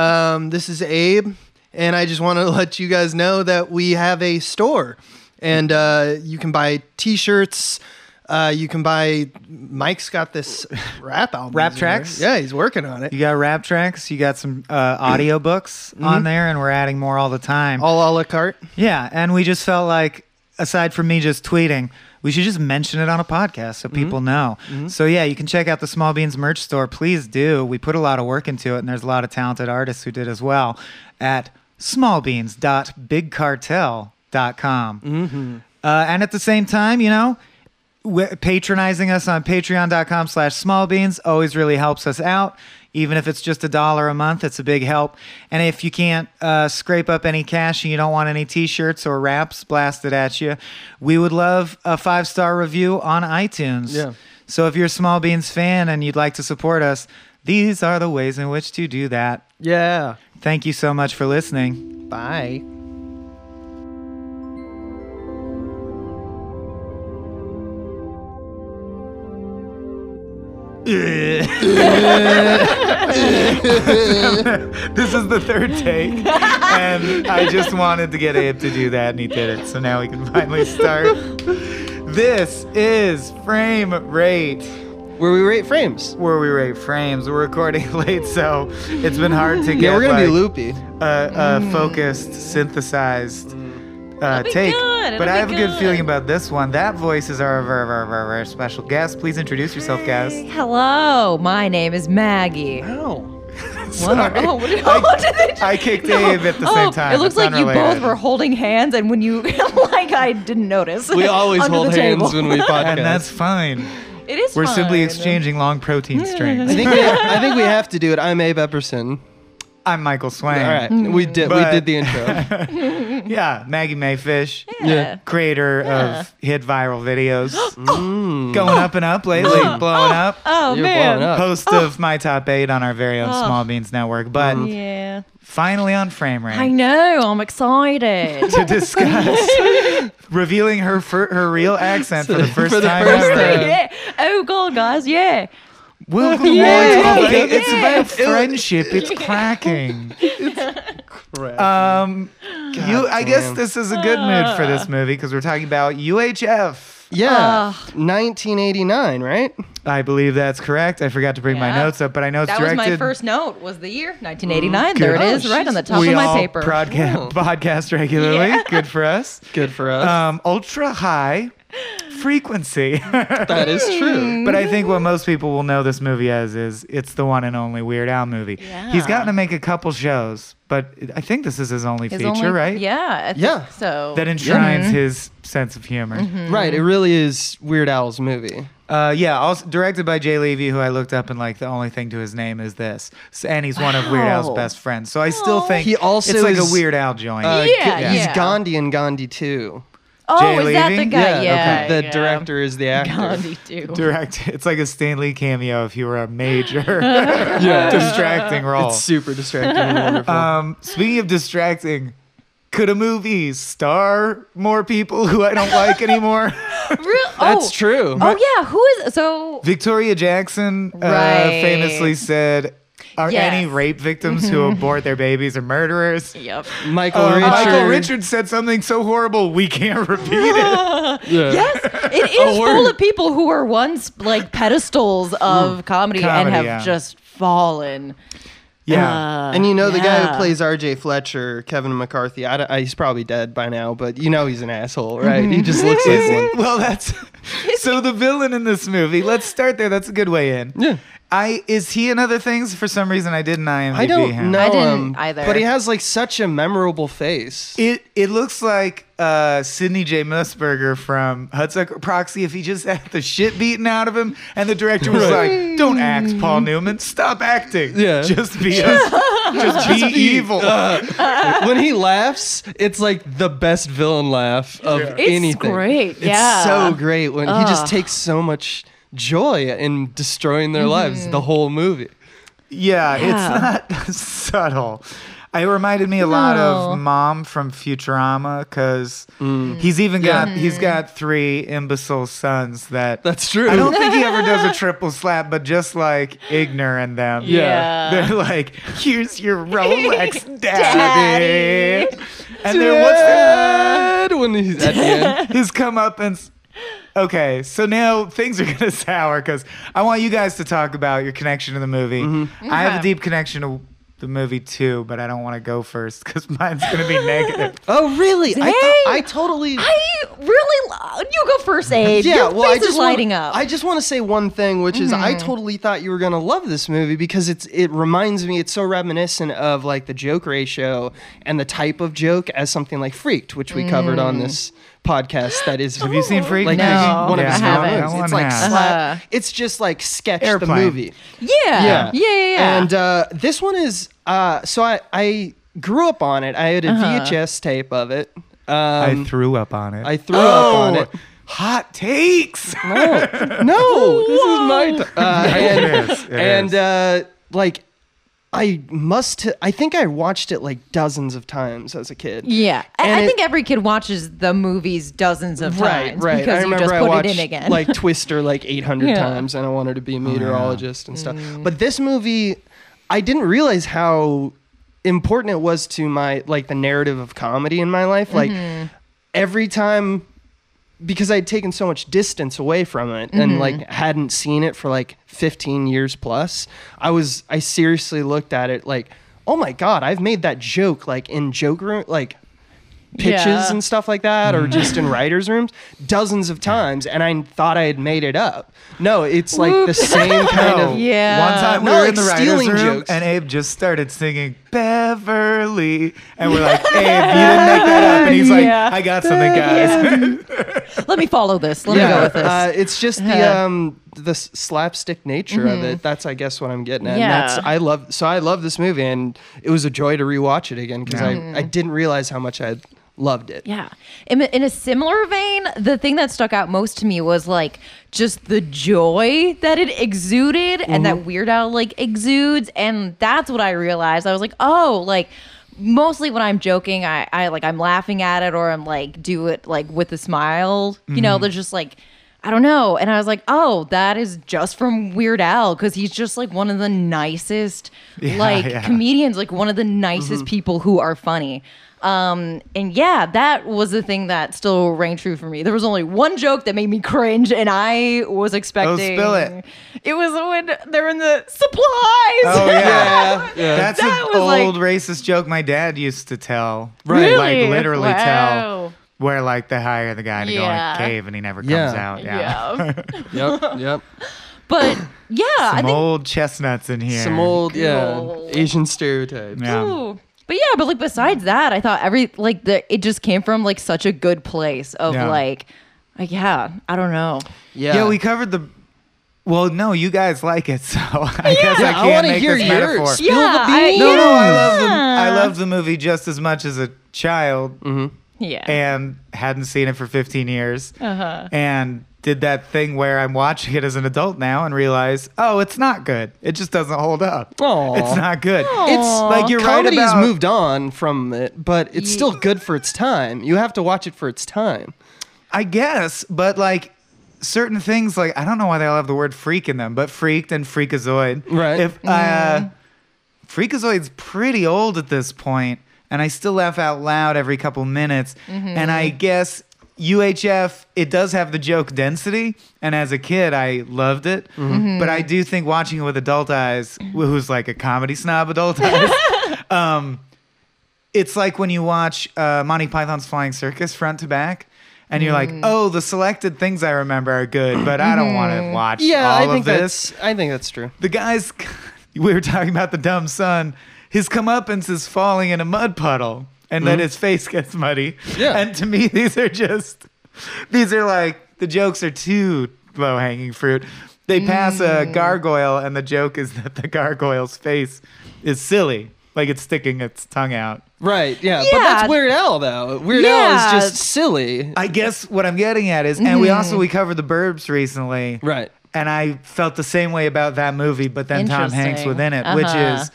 Um, this is Abe, and I just want to let you guys know that we have a store, and uh, you can buy T-shirts. Uh, you can buy. Mike's got this rap album. Rap in there. tracks? Yeah, he's working on it. You got rap tracks, you got some uh, audio books on there, and we're adding more all the time. All a la carte. yeah, and we just felt like, aside from me just tweeting, we should just mention it on a podcast so people know. So, yeah, you can check out the Small Beans merch store. Please do. We put a lot of work into it, and there's a lot of talented artists who did as well at smallbeans.bigcartel.com. Mm-hmm. Uh, and at the same time, you know, w- patronizing us on patreon.com slash smallbeans always really helps us out even if it's just a dollar a month it's a big help and if you can't uh, scrape up any cash and you don't want any t-shirts or wraps blasted at you we would love a five star review on itunes Yeah. so if you're a small beans fan and you'd like to support us these are the ways in which to do that Yeah. thank you so much for listening Bye. This is the third take, and I just wanted to get Abe to do that, and he did it. So now we can finally start. This is Frame Rate, Where we rate frames. where we rate frames. We're recording late, so it's been hard to get Yeah, we're gonna be like, loopy. a, a focused, synthesized uh, Mm. be take. good, But I it'll be have a good good. feeling about this one. That voice is our, our, our, our, our special guest. Please introduce yourself, guest. Hello, my name is Maggie. Ow. What- oh, what did, I- what did they- I kicked Abe at the oh, same time. It looks It's like you unrelated. both were holding hands, and when you like, I didn't notice. We always Under hold the table. hands when we podcast. And that's fine. It is. We're simply fine. exchanging long protein strings. I think, we I think we have to do it. I'm Abe Epperson. I'm Michael Swain. All right, we did But- we did the intro. Yeah, Maggie Mayfish, Yeah. Mm. creator of hit viral videos, going up and up lately, blowing up. Oh You're man. blowing up. Host of My Top Eight on our very Oh. own Small Beans Network, but Yeah. finally on frame rate Mm. I know. I'm excited. to discuss revealing her fir- her real accent for the first For the time first ever. time. yeah. Oh god, guys. Yeah. We'll- we'll- Yeah. it's- It's Yeah. about friendship. It's cracking. Crap. Um, you, I guess damn. this is a good mood for Ah. this movie because we're talking about UHF. Yeah, Ugh. 1989, right? I believe that's correct. I forgot to bring my Yeah. notes up, but I know it's That was directed. my first note. Was the year 1989? There it Good. is, right on the top we of my all paper. Broadca- podcast regularly. Yeah. Good for us. Good for us. Um, ultra high frequency. that is true. Mm. but I think what most people will know this movie as is it's the one and only Weird Al movie. He's Yeah. gotten to make a couple shows, but I think this is his only His feature, only- right? Yeah. Mm-hmm. I think Yeah. So. That enshrines his sense of humor. Mm-hmm. Right, it really is Weird Al's movie. Uh, yeah, also directed by Jay Levy, who I looked up and like the only thing to his name is this, S- and he's one of Weird Al's Wow. best friends. So I still Aw. think He also it's like is, a Weird Al joint. Yeah, Uh, He's yeah. Gandhi and Gandhi too. oh, Jay is that Levy? the guy? Yeah. Yeah, the, the yeah. director is the actor. Gandhi too. Direct. It's like a Stanley cameo if you were a major distracting role. It's super distracting and wonderful. Uh, Um, speaking of distracting, could a movie star more people who I don't like anymore? Real- That's oh, true. Oh yeah, who is so? Victoria Jackson uh, Right. famously said, "Are Yes. any rape victims who abort their babies are murderers?" Yep. Michael Uh, Richards. Michael Richards said something so horrible we can't repeat it. Yeah. Yes, it is full of people who were once like pedestals of comedy, Comedy, and have yeah. just fallen. Uh, And you know the guy who yeah. plays R.J. Fletcher, Kevin McCarthy. I don't- I- he's probably dead by now, but you know he's an asshole, right? He just looks like one. well, that's so the villain in this movie. Let's start there. That's a good way in. Yeah. I is he in other things? For some reason, I didn't IMDb I don't him. know I didn't him either. but he has like such a memorable face. It it looks like uh, Sidney J. Musburger from Hudsucker Proxy if he just had the shit beaten out of him, and the director was Right. like, "Don't act, Paul Newman. Stop acting. Yeah. just be us. just be evil." when he laughs, it's like the best villain laugh of it's anything. great. It's yeah. so great when he just Ugh. takes so much joy in Mm-hmm. destroying their lives the whole movie. Yeah, Yeah. it's not subtle. It reminded me a lot No. of Mom from Futurama because Mm. he's even got he's got three imbecile sons that That's true. I don't think he ever does a triple slap, but just like ignorant them. Yeah. They're like, here's your Rolex, Daddy. daddy. And then what's Dad, the, when he's at the end. his comeuppance? Okay, so now things are gonna sour because I want you guys to talk about your connection to the movie. Mm-hmm. I have a Okay. deep connection to the movie too, but I don't want to go first because mine's gonna be negative. Oh, really? I Dang. thought I totally. I really. lo- You go first, Abe. yeah, Your well, I face just is lighting wanna, up. Mm-hmm. I just want to say one thing, which is I totally thought you were gonna love this movie because it's it reminds me, it's so reminiscent of like the joke ratio and the type of joke as something like Freaked, which we covered on this Mm. podcast. That is, Have you seen Freak? like No, the- one I of his haven't. movies. That one It's like has. slap. It's just like sketch Airplane. the movie. yeah. Uh-huh. Yeah. Yeah. Yeah. And uh, this one is uh, so I I grew up on it. I had a Uh-huh. VHS tape of it. Um, I I, threw up on it. threw up on it. Oh, Hot takes. No, this is my. T- uh, and It is, it and is. uh, like, I must. I think I watched it like dozens of times as a kid. yeah. I, and I it- think every kid watches the movies dozens of Right, times right. because I you remember just I put watched it in again. like Twister like 800 Yeah. Mm. times, and I wanted to be a meteorologist and stuff. But this movie, I didn't realize how important it was to my like the narrative of comedy in my life. Like Mm-hmm. every time because I'd taken so much distance away from it Mm-hmm. and like hadn't seen it for like 15 years plus, I was I seriously looked at it like, oh my god, I've made that joke like in joke room like pitches Yeah. and stuff like that Mm. or just in writers rooms dozens of times and I thought I had made it up. No, it's like the same kind No. of Yeah. One time we No, were like in the stealing writers' room jokes. and Abe just started singing Beverly, and we're like, Abe, you didn't make that up, and he's like, Yeah. I got something, guys. Let me follow this. Let me go with this. Uh, it's just the Yeah. Mm-hmm. um the s- slapstick nature of it. That's I guess what I'm getting at. Yeah. And that's I love so I love this movie and it was a joy to rewatch it again because I, I didn't realize how much I had loved it. Yeah. In, a- in a similar vein, the thing that stuck out most to me was like just the joy that it exuded and that Mm-hmm. Weird Al like exudes. And that's what I realized. I was like, oh, like mostly when I'm joking, I, I like I'm laughing at it or I'm like do it like with a smile. You Mm-hmm. know, there's just like, I don't know. And I was like, oh, that is just from Weird Al because he's just like one of the nicest, like, yeah. comedians comedians like one of the Mm-hmm. nicest people who are funny um and yeah that was the thing that still rang true for me there was only one joke that made me cringe and i was expecting Oh, spill it. it was when they're in the supplies Oh yeah, that's That an was like- old racist joke my dad used to tell. Right. like Really? literally Wow. tell. Where like they hire the guy to Yeah. go in a cave and he never comes Yeah. out. Yeah, yeah Yep, yep. but yeah i some think old chestnuts in here. Some old Cool. yeah Asian stereotypes. Yeah. Ooh. But yeah, but like besides that, I thought every like the it just came from like such a good place of Yeah. like, like yeah, I don't know. Yeah. Yeah, we covered the. Well, no, you guys like it, so I guess I Yeah, I can't wanna make hear this yours. metaphor. Spill the Yeah, beans. No, no, I yeah. love the I love the movie just as much as a child, Yeah. and hadn't seen it for 15 years, uh-huh. and did that thing where I'm watching it as an adult now and realize, oh, it's not good. It just doesn't hold up. Aw. It's not good. It's Like you're right comedy's about moved on from it, but it's still good for its time. You have to watch it for its time. I guess, but like certain things, like I don't know why they all have the word freak in them, but freaked and freakazoid. Right. If uh, freakazoid's pretty old at this point, and I still laugh out loud every couple minutes. And I guess UHF it does have the joke density, and as a kid I loved it. But I do think watching it with adult eyes, wh- who's like a comedy snob adult eyes. um, it's like when you watch uh, Monty Python's Flying Circus front to back, and you're Mm. like, oh, the selected things I remember are good, but I don't want to watch Mm-hmm. Yeah, all I think of this. that's I think that's true. The guy's, we were talking about the dumb son. His comeuppance is falling in a mud puddle, and then his face gets muddy. Yeah. And to me, these are just, these are like the jokes are too low hanging fruit. They pass Mm. a gargoyle, and the joke is that the gargoyle's face is silly, like it's sticking its tongue out. Right, yeah. But that's Yeah. Weird Al though. Weird Al Yeah. is just silly. I guess what I'm getting at is, and we also we covered the Burbs recently, Right. And I felt the same way about that movie, but then Tom Hanks Interesting. within it, Uh-huh. which is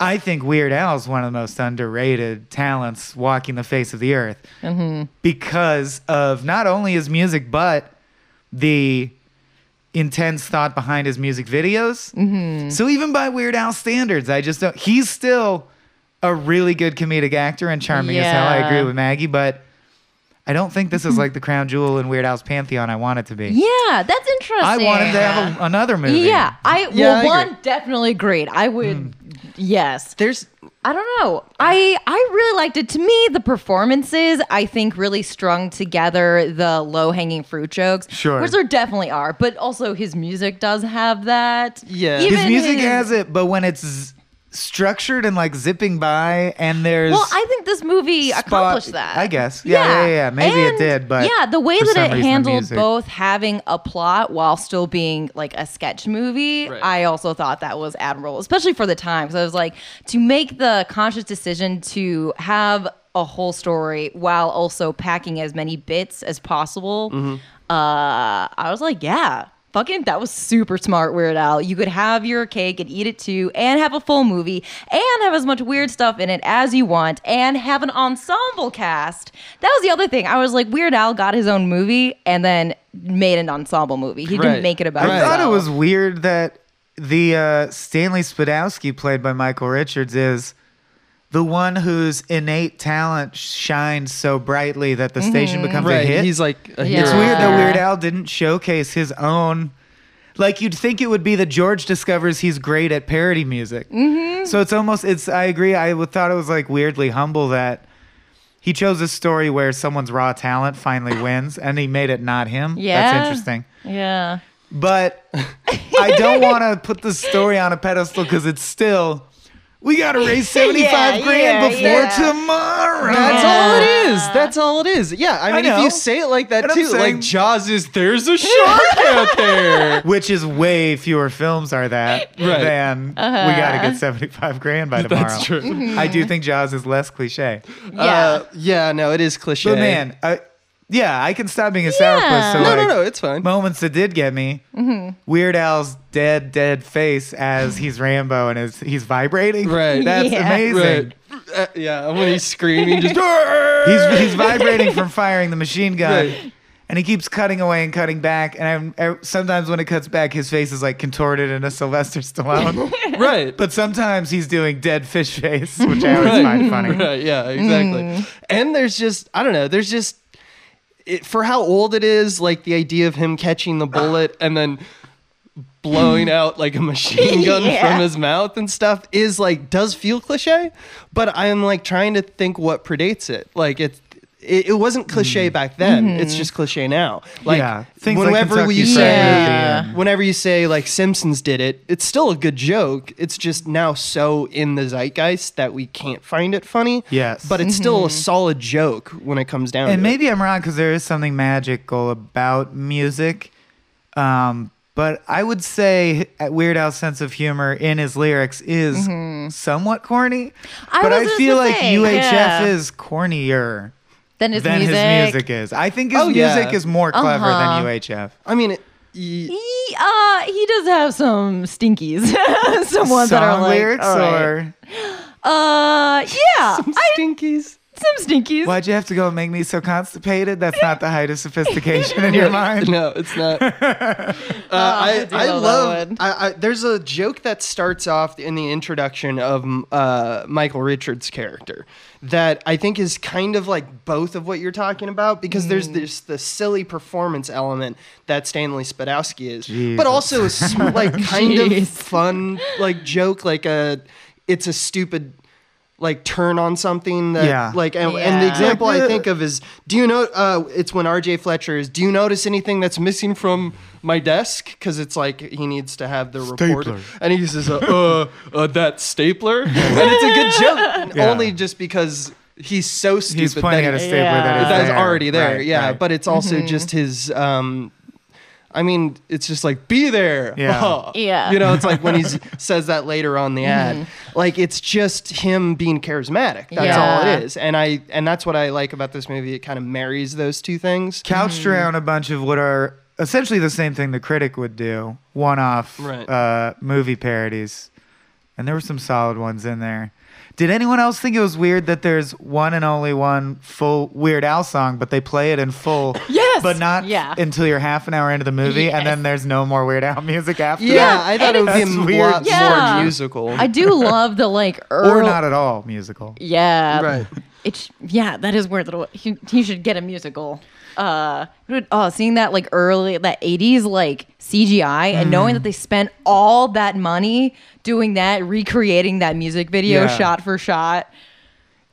I think Weird Al is one of the most underrated talents walking the face of the earth Mm-hmm. because of not only his music, but the intense thought behind his music videos. Mm-hmm. So even by Weird Al standards, I just don't. He's still a really good comedic actor and charming as hell. I Yeah. agree with Maggie, but I don't think this is like the crown jewel in Weird Al's pantheon. I want it to be. Yeah, that's interesting. I want him to have a, another movie. Yeah, I Yeah, I well, one agree. definitely agreed. I would, Hmm. yes. There's I don't know. I I really liked it. To me, the performances I think really strung together the low hanging fruit jokes, Sure. which there definitely are, but also his music does have that. Yeah. His his music his- has it, but when it's z- structured and like zipping by, and there's Well, I think this movie spot- accomplished that. I guess. Yeah, yeah, yeah, yeah. Maybe it did, but yeah, the way for some that it reason the handled music- both having a plot while still being like a sketch movie, Right. I also thought that was admirable, especially for the time. Because I was like, to make the conscious decision to have a whole story while also packing as many bits as possible. Mm-hmm. Uh, I was like, yeah. Fucking, that was super smart, Weird Al. You could have your cake and eat it too, and have a full movie, and have as much weird stuff in it as you want, and have an ensemble cast. That was the other thing. I was like, Weird Al got his own movie and then made an ensemble movie. He Right. didn't make it about. I Right. thought it himself. was weird that the uh, Stanley Spadowski, played by Michael Richards, is the one whose innate talent shines so brightly that the station Mm-hmm. becomes a right. hit. He's like a Yeah. It's hero. weird that Yeah. Weird Al didn't showcase his own. Like you'd think it would be that George discovers he's great at parody music. Mm-hmm. So it's almost it's. I agree. I would- thought it was like weirdly humble that he chose a story where someone's raw talent finally wins, and he made it not him. Yeah. that's interesting. Yeah. But I don't want to put this story on a pedestal because it's still. We gotta raise seventy five Yeah, grand yeah, before yeah. tomorrow. That's Yeah. all it is. That's all it is. Yeah, I mean, if know. you say it like that And I'm too, saying- like Jaws is there's a shark out there. which is way fewer films are that Right. than we got to Uh-huh. get 75 grand by tomorrow. That's true. I do think Jaws is less cliche. Yeah. Uh, yeah, no, it is cliche. But man, I, yeah, I can stop being a sour Yeah. puss. Mm-hmm. So no, like, no, no, it's fine. Moments that did get me Weird Al's dead, dead face as he's Rambo and is, he's vibrating. Right. That's Yeah. amazing. Right. Uh, yeah, when he's screaming, just He's, he's vibrating from firing the machine gun. Right. And he keeps cutting away and cutting back. And I'm, I- sometimes when it cuts back, his face is like contorted in a Sylvester Stallone. right. But sometimes he's doing dead fish face, which I always find funny. Right, yeah, exactly. Mm. And there's just I don't know, there's just it, for how old it is, like the idea of him catching the bullet and then blowing out like a machine gun Yeah. from his mouth and stuff is like does feel cliche, but I'm like trying to think what predates it. Like it it, it wasn't Mm. cliche back then. It's just cliche now. Like yeah, things like whenever Kentucky we Fried say Mm-hmm. Yeah. Movie and- whenever you say like Simpsons did it, it's still a good joke. It's just now so in the zeitgeist that we can't find it funny. Yes. But it's still a Mm-hmm. solid joke when it comes down and to it. maybe I'm wrong because there is something magical about music. Um, but I would say at Weird Al's sense of humor in his lyrics is somewhat corny. Mm-hmm. I but was I just feel gonna like say, UHF yeah. is cornier Then his than music. his music is. I think his Oh, yeah. music is more clever Uh-huh. than UHF. I mean, it, y- He, uh, he does have some stinkies. some ones that are Song like, lyrics all right. or uh, yeah, some I, stinkies. some stinkies. why'd you have to go and make me so constipated? That's not the height of sophistication in your mind. No, it's not. Uh, Oh, I, deal I with that love. one. I, I, there's a joke that starts off in the introduction of m- uh, Michael Richards' character that I think is kind of like both of what you're talking about because there's Mm. this the silly performance element that Stanley Spadowski is, but also a sm- like kind of fun like joke like a it's a stupid like turn on something that Yeah. like and, and the Yeah. example I Like, uh, think of is do you know uh, it's when RJ Fletcher is do you notice anything that's missing from my desk because it's like he needs to have the reporter Stapler. and he uses a, uh, uh that stapler and it's a good joke Yeah. only just because he's so stupid He's pointing that at a he- stapler Yeah. that is that's there. already there Right, yeah right. but it's also Mm-hmm. just his um I mean, it's just like be there. Oh. Yeah. Yeah. Mm-hmm. You know, it's like when he says that later on the ad. Like it's just him being charismatic. That's all Yeah. it is. And I and that's what I like about this movie. It kind of marries those two things. couched around a bunch of what are essentially the same thing the critic would do one-off Right. uh, movie parodies And there were some solid ones in there. Did anyone else think it was weird that there's one and only one full Weird Al song, but they play it in full? Yes! But not Yeah. until you're half an hour into the movie, and then there's no more Weird Al music after Yeah, that? I thought it would be a That's m- weird. lot Yeah. more musical. I do love the like early. Or not at all musical. Yeah. Right. It's yeah, that is weird. That he, he should get a musical. Uh, dude, oh, seeing that like early that '80s like CGI Mm-hmm. and knowing that they spent all that money doing that, recreating that music video Yeah. shot for shot,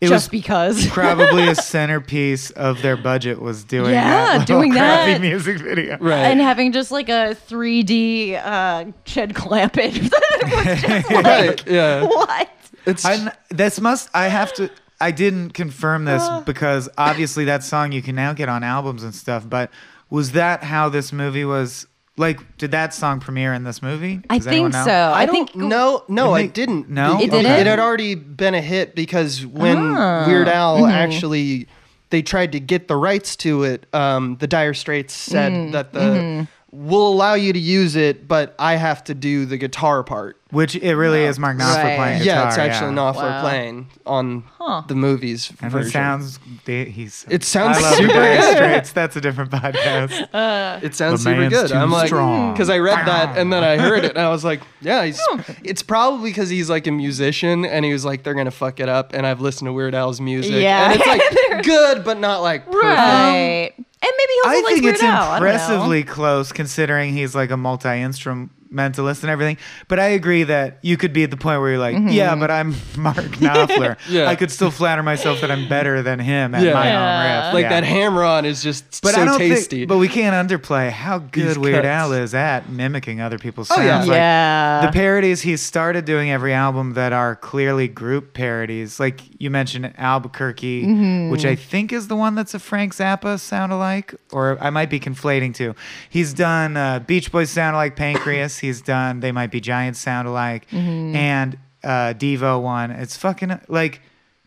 It just was because. probably a centerpiece of their budget was doing Yeah, that little doing crappy that. music video. Right. And having just like a 3D uh, Ched Clampett. was just like, Right, yeah. What? It's I'm, this must. I have to. I didn't confirm this Uh. because obviously that song you can now get on albums and stuff. But was that how this movie was? Like, did that song premiere in this movie? I Does anyone think know? so. I, I, think don't know. No, I Didn't they- didn't. No? Be- It didn't? It had already been a hit because when Ah. Weird Al actually they tried to get the rights to it, um, the Dire Straits said Mm. that the Mm-hmm. we'll allow you to use it, but I have to do the guitar part. Which it really is Mark Knopfler Right. playing guitar. yeah, it's actually Knopfler Wow. playing on Huh. the movies And version. it sounds. They, he's. It sounds I love super Dire good. Straits. That's a different podcast. It sounds The super man's good. too I'm like, strong. because I read that and then I heard it and I was like, yeah, he's, Hmm. it's probably because he's like a musician and he was like, they're gonna fuck it up. And I've listened to Weird Al's music, Yeah. and it's like good, but not like perfect. right. and maybe he also I likes think Weird it's Al. I don't know. impressively close considering he's like a multi instrumentalist and everything. But I agree that you could be at the point where you're like, Mm-hmm. yeah, but I'm Mark Knopfler. Yeah. I could still flatter myself that I'm better than him at Yeah. my Yeah. own riff. Like Yeah. that hammer on is just But so I don't tasty. think. But we can't underplay how good These Weird cuts. Al is at mimicking other people's Oh, sounds. yeah. Like, yeah. the parodies he started doing every album that are clearly group parodies. Like you mentioned Albuquerque, which I think is the one that's a Frank Zappa sound alike, or I might be conflating two. He's done uh, Beach Boys sound alike, Pancreas. He's done They Might Be Giants sound alike, and uh, Devo one. It's fucking like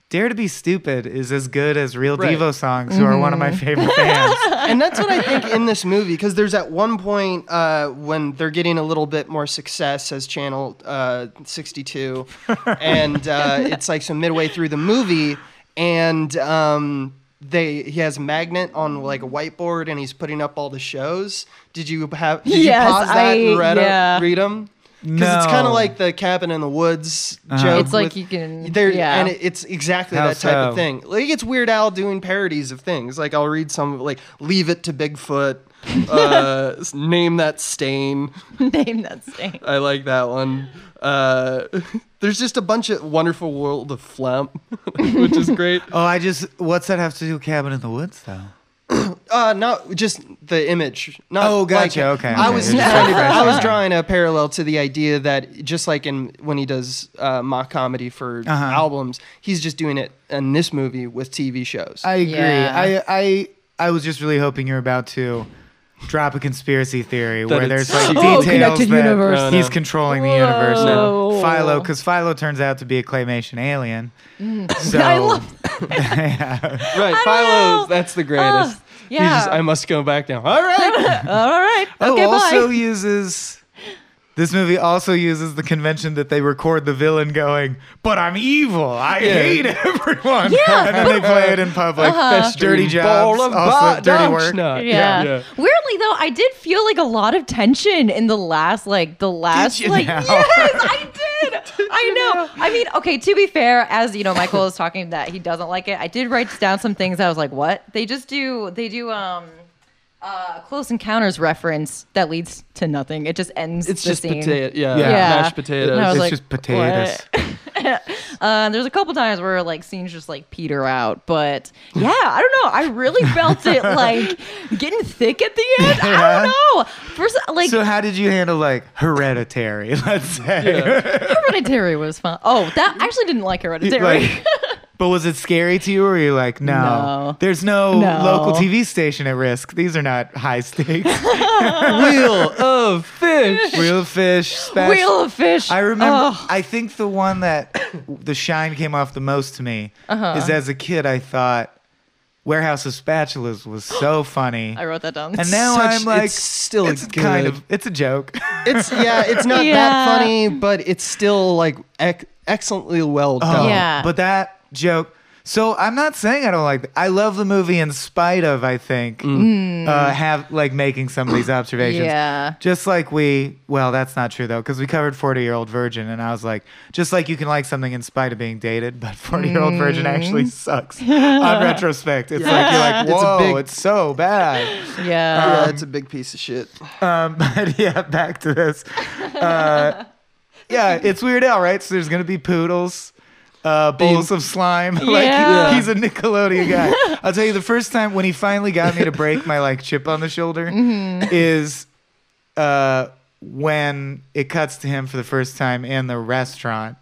Dare to Be Stupid is as good as real Right. Devo songs, who are one of my favorite bands. and that's what I think in this movie because there's at one point uh, when they're getting a little bit more success as Channel uh, 62, and uh, it's like so midway through the movie, and um, they he has a magnet on like a whiteboard and he's putting up all the shows. Did you have? Did Yes, you pause that I- and read, 'em- yeah. read them? Because it's No. kind of like the cabin in the woods joke. It's like with- you can- there, yeah. and it, it's exactly How that type so? of thing. Like it's Weird Al doing parodies of things. Like I'll read some like "Leave It to Bigfoot," uh, s- "Name That Stain." name that stain. I like that one. Uh, there's just a bunch of "Wonderful World of Phlegm," which is great. oh, I just what's that have to do with Cabin in the Woods though? Uh, not just the image. Not Oh, gotcha, like- okay, I okay. was You're just trying to- refreshing I was that. drawing a parallel to the idea that just like in when he does uh, mock comedy for Uh-huh. albums, he's just doing it in this movie with TV shows. I agree. Yeah. I, I I was just really hoping you're about to drop a conspiracy theory That where it's there's like cheating. Oh, details connected that universe. No, no. he's controlling the universe. Whoa. Philo, because Philo turns out to be a claymation alien. So Mm. I love right, don't know. Philo's. That's the greatest. He's yeah. just, I must go back now. All right. Ah, All right. Oh, okay, also bye. uses. This movie also uses the convention that they record the villain going, "But I'm evil. I hate everyone." Yeah, and then they play it in public. Dirty jobs, Ball of ba- also dirty dog work. snot. Uh-huh. Yeah. Weirdly though, I did feel like a lot of tension in the last like the last you like now? yes, I did. I know. I mean, okay, to be fair, as you know, Michael was talking that he doesn't like it. I did write down some things I was like, "What? They just do they do um uh close encounters reference that leads to nothing. It just ends It's the just scene. potato. Yeah, Yeah. mashed potatoes. And I was It's like, just potatoes. "What?" uh, there's a couple times where like scenes just like peter out, but yeah, I don't know. I really felt it like getting thick at the end. I Yeah. don't know. First, like So how did you handle like hereditary? Let's say, Hereditary was fun. Oh, that I actually didn't like Hereditary. like, but was it scary to you, or were you like, no, No. there's no, No. local TV station at risk. These are not high stakes. Wheel of fish. Real fish, special. Wheel of Fish. I remember. Oh, I think the one that the shine came off the most to me Uh-huh. is as a kid. I thought Warehouse of Spatulas was so funny, I wrote that down. and now Such- I'm like, it's still it's good. kind of it's a joke. it's yeah, it's not Yeah. that funny, but it's still like ec- excellently well done. Yeah. But that joke. So I'm not saying I don't like. I love the movie in spite of. I think Mm. uh, have like making some of these observations. Mm. Yeah. Just like we. Well, that's not true though, because we covered Forty Year Old Virgin, and I was like, just like you can like something in spite of being dated, but Forty Year Old Virgin Mm. actually sucks. on retrospect, it's like you're like, It's a whoa, big- it's so bad. yeah. Yeah, it's a big piece of shit. Um, but yeah, back to this. Uh, yeah, it's Weird Al, right? So there's gonna be poodles, uh, bowls of slime. like Yeah. he's a Nickelodeon guy. I'll tell you, the first time when he finally got me to break my like chip on the shoulder is uh, when it cuts to him for the first time in the restaurant.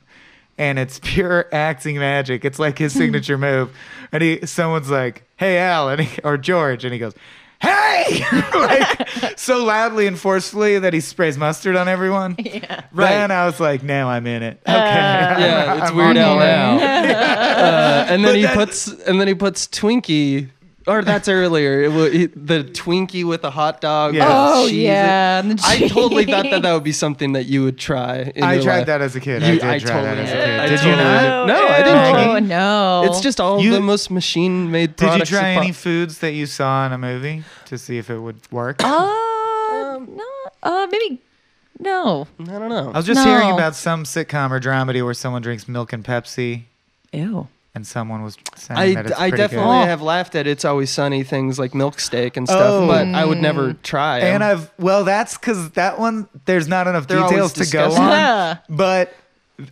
And it's pure acting magic. It's like his signature move. And he, someone's like, "Hey, Al," and he, or George, and he goes, "Hey!" like so loudly and forcefully that he sprays mustard on everyone. Yeah. Right. Then I was like, "Now I'm in it." Okay. Yeah, it's Weird Al now. uh, and then he puts and then he puts Twinkie. Or that's earlier. It wa- he- the Twinkie with the hot dog. Yeah. with Oh, cheese. yeah, and the I totally thought cheese. that that would be something that you would try. In I your tried life. that as a kid. I You- did I try that totally as a did. kid. I did you totally not? did. No, I didn't. Oh no. It's just all You- the most machine-made Did products. you try that pop- any foods that you saw in a movie to see if it would work? I Uh, um, no. Um, Uh, maybe. No. I don't know. was just hearing No. about some sitcom or dramedy where someone drinks milk and Pepsi, Ew. and someone was saying I, that it's I pretty definitely good. have laughed at it's always sunny things like milk steak and stuff, Oh. but I would never try. 'em. And I've well, that's because that one there's not enough They're always details to go disgusting. on. Yeah. but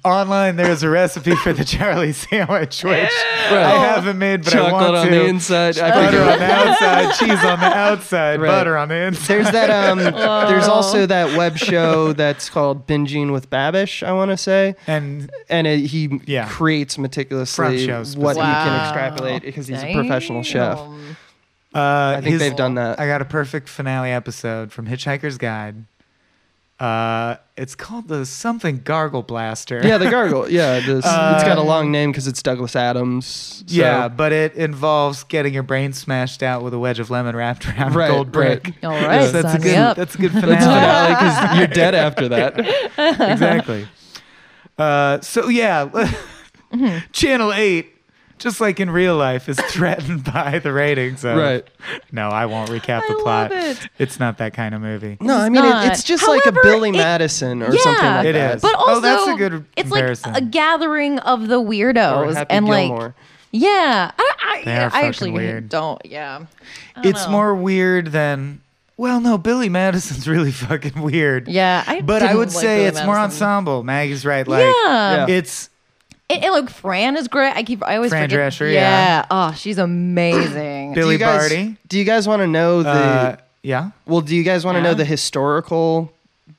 online there's a recipe for the Charlie sandwich, which I haven't made, but I chocolate want on to. the inside. I think butter on the outside, cheese on the outside, Right. butter on the inside. There's that. Um, there's also that web show that's called Binging with Babish. I want to say, And and it, he Yeah. creates meticulously From shows what he can Wow. extrapolate because he's a professional chef. Damn. uh, I think they've done that. I got a perfect finale episode from Hitchhiker's Guide. Uh, it's called the something Gargle Blaster. yeah, the gargoyle. Yeah, this, it's got a long name because it's Douglas Adams. So. Uh, Yeah, but it involves getting your brain smashed out with a wedge of lemon wrapped around Right, a gold brick. right. All right, So that's a sign me good. up. That's a good It's finale. finale because you're dead after that. exactly. Uh, so yeah, Mm-hmm. Channel Eight, just like in real life, is threatened by the ratings. Of, Right. No, I won't recap I the plot. love it. It's not that kind of movie. No, I It's mean not. it, it's just like a However, Billy it- Madison or something like It that. is. But also, Oh, that's a good it's like comparison. a gathering of the weirdos Or Happy and like, Gilmore. yeah, I, I, They are I fucking actually weird. don't. Yeah, I don't It's know. more weird than. Well, no, Billy Madison's really fucking weird. Yeah, I but I didn't would like say Billy it's more Madison. ensemble. Maggie's right. Like, Yeah. Yeah. it's It, it- look, Fran is great. I keep I always Fran forget. Drescher, yeah. yeah. Oh, she's amazing. Billy do you guys, Barty. Do you guys want to know the? Uh, yeah. Well, do you guys want to Yeah. know the historical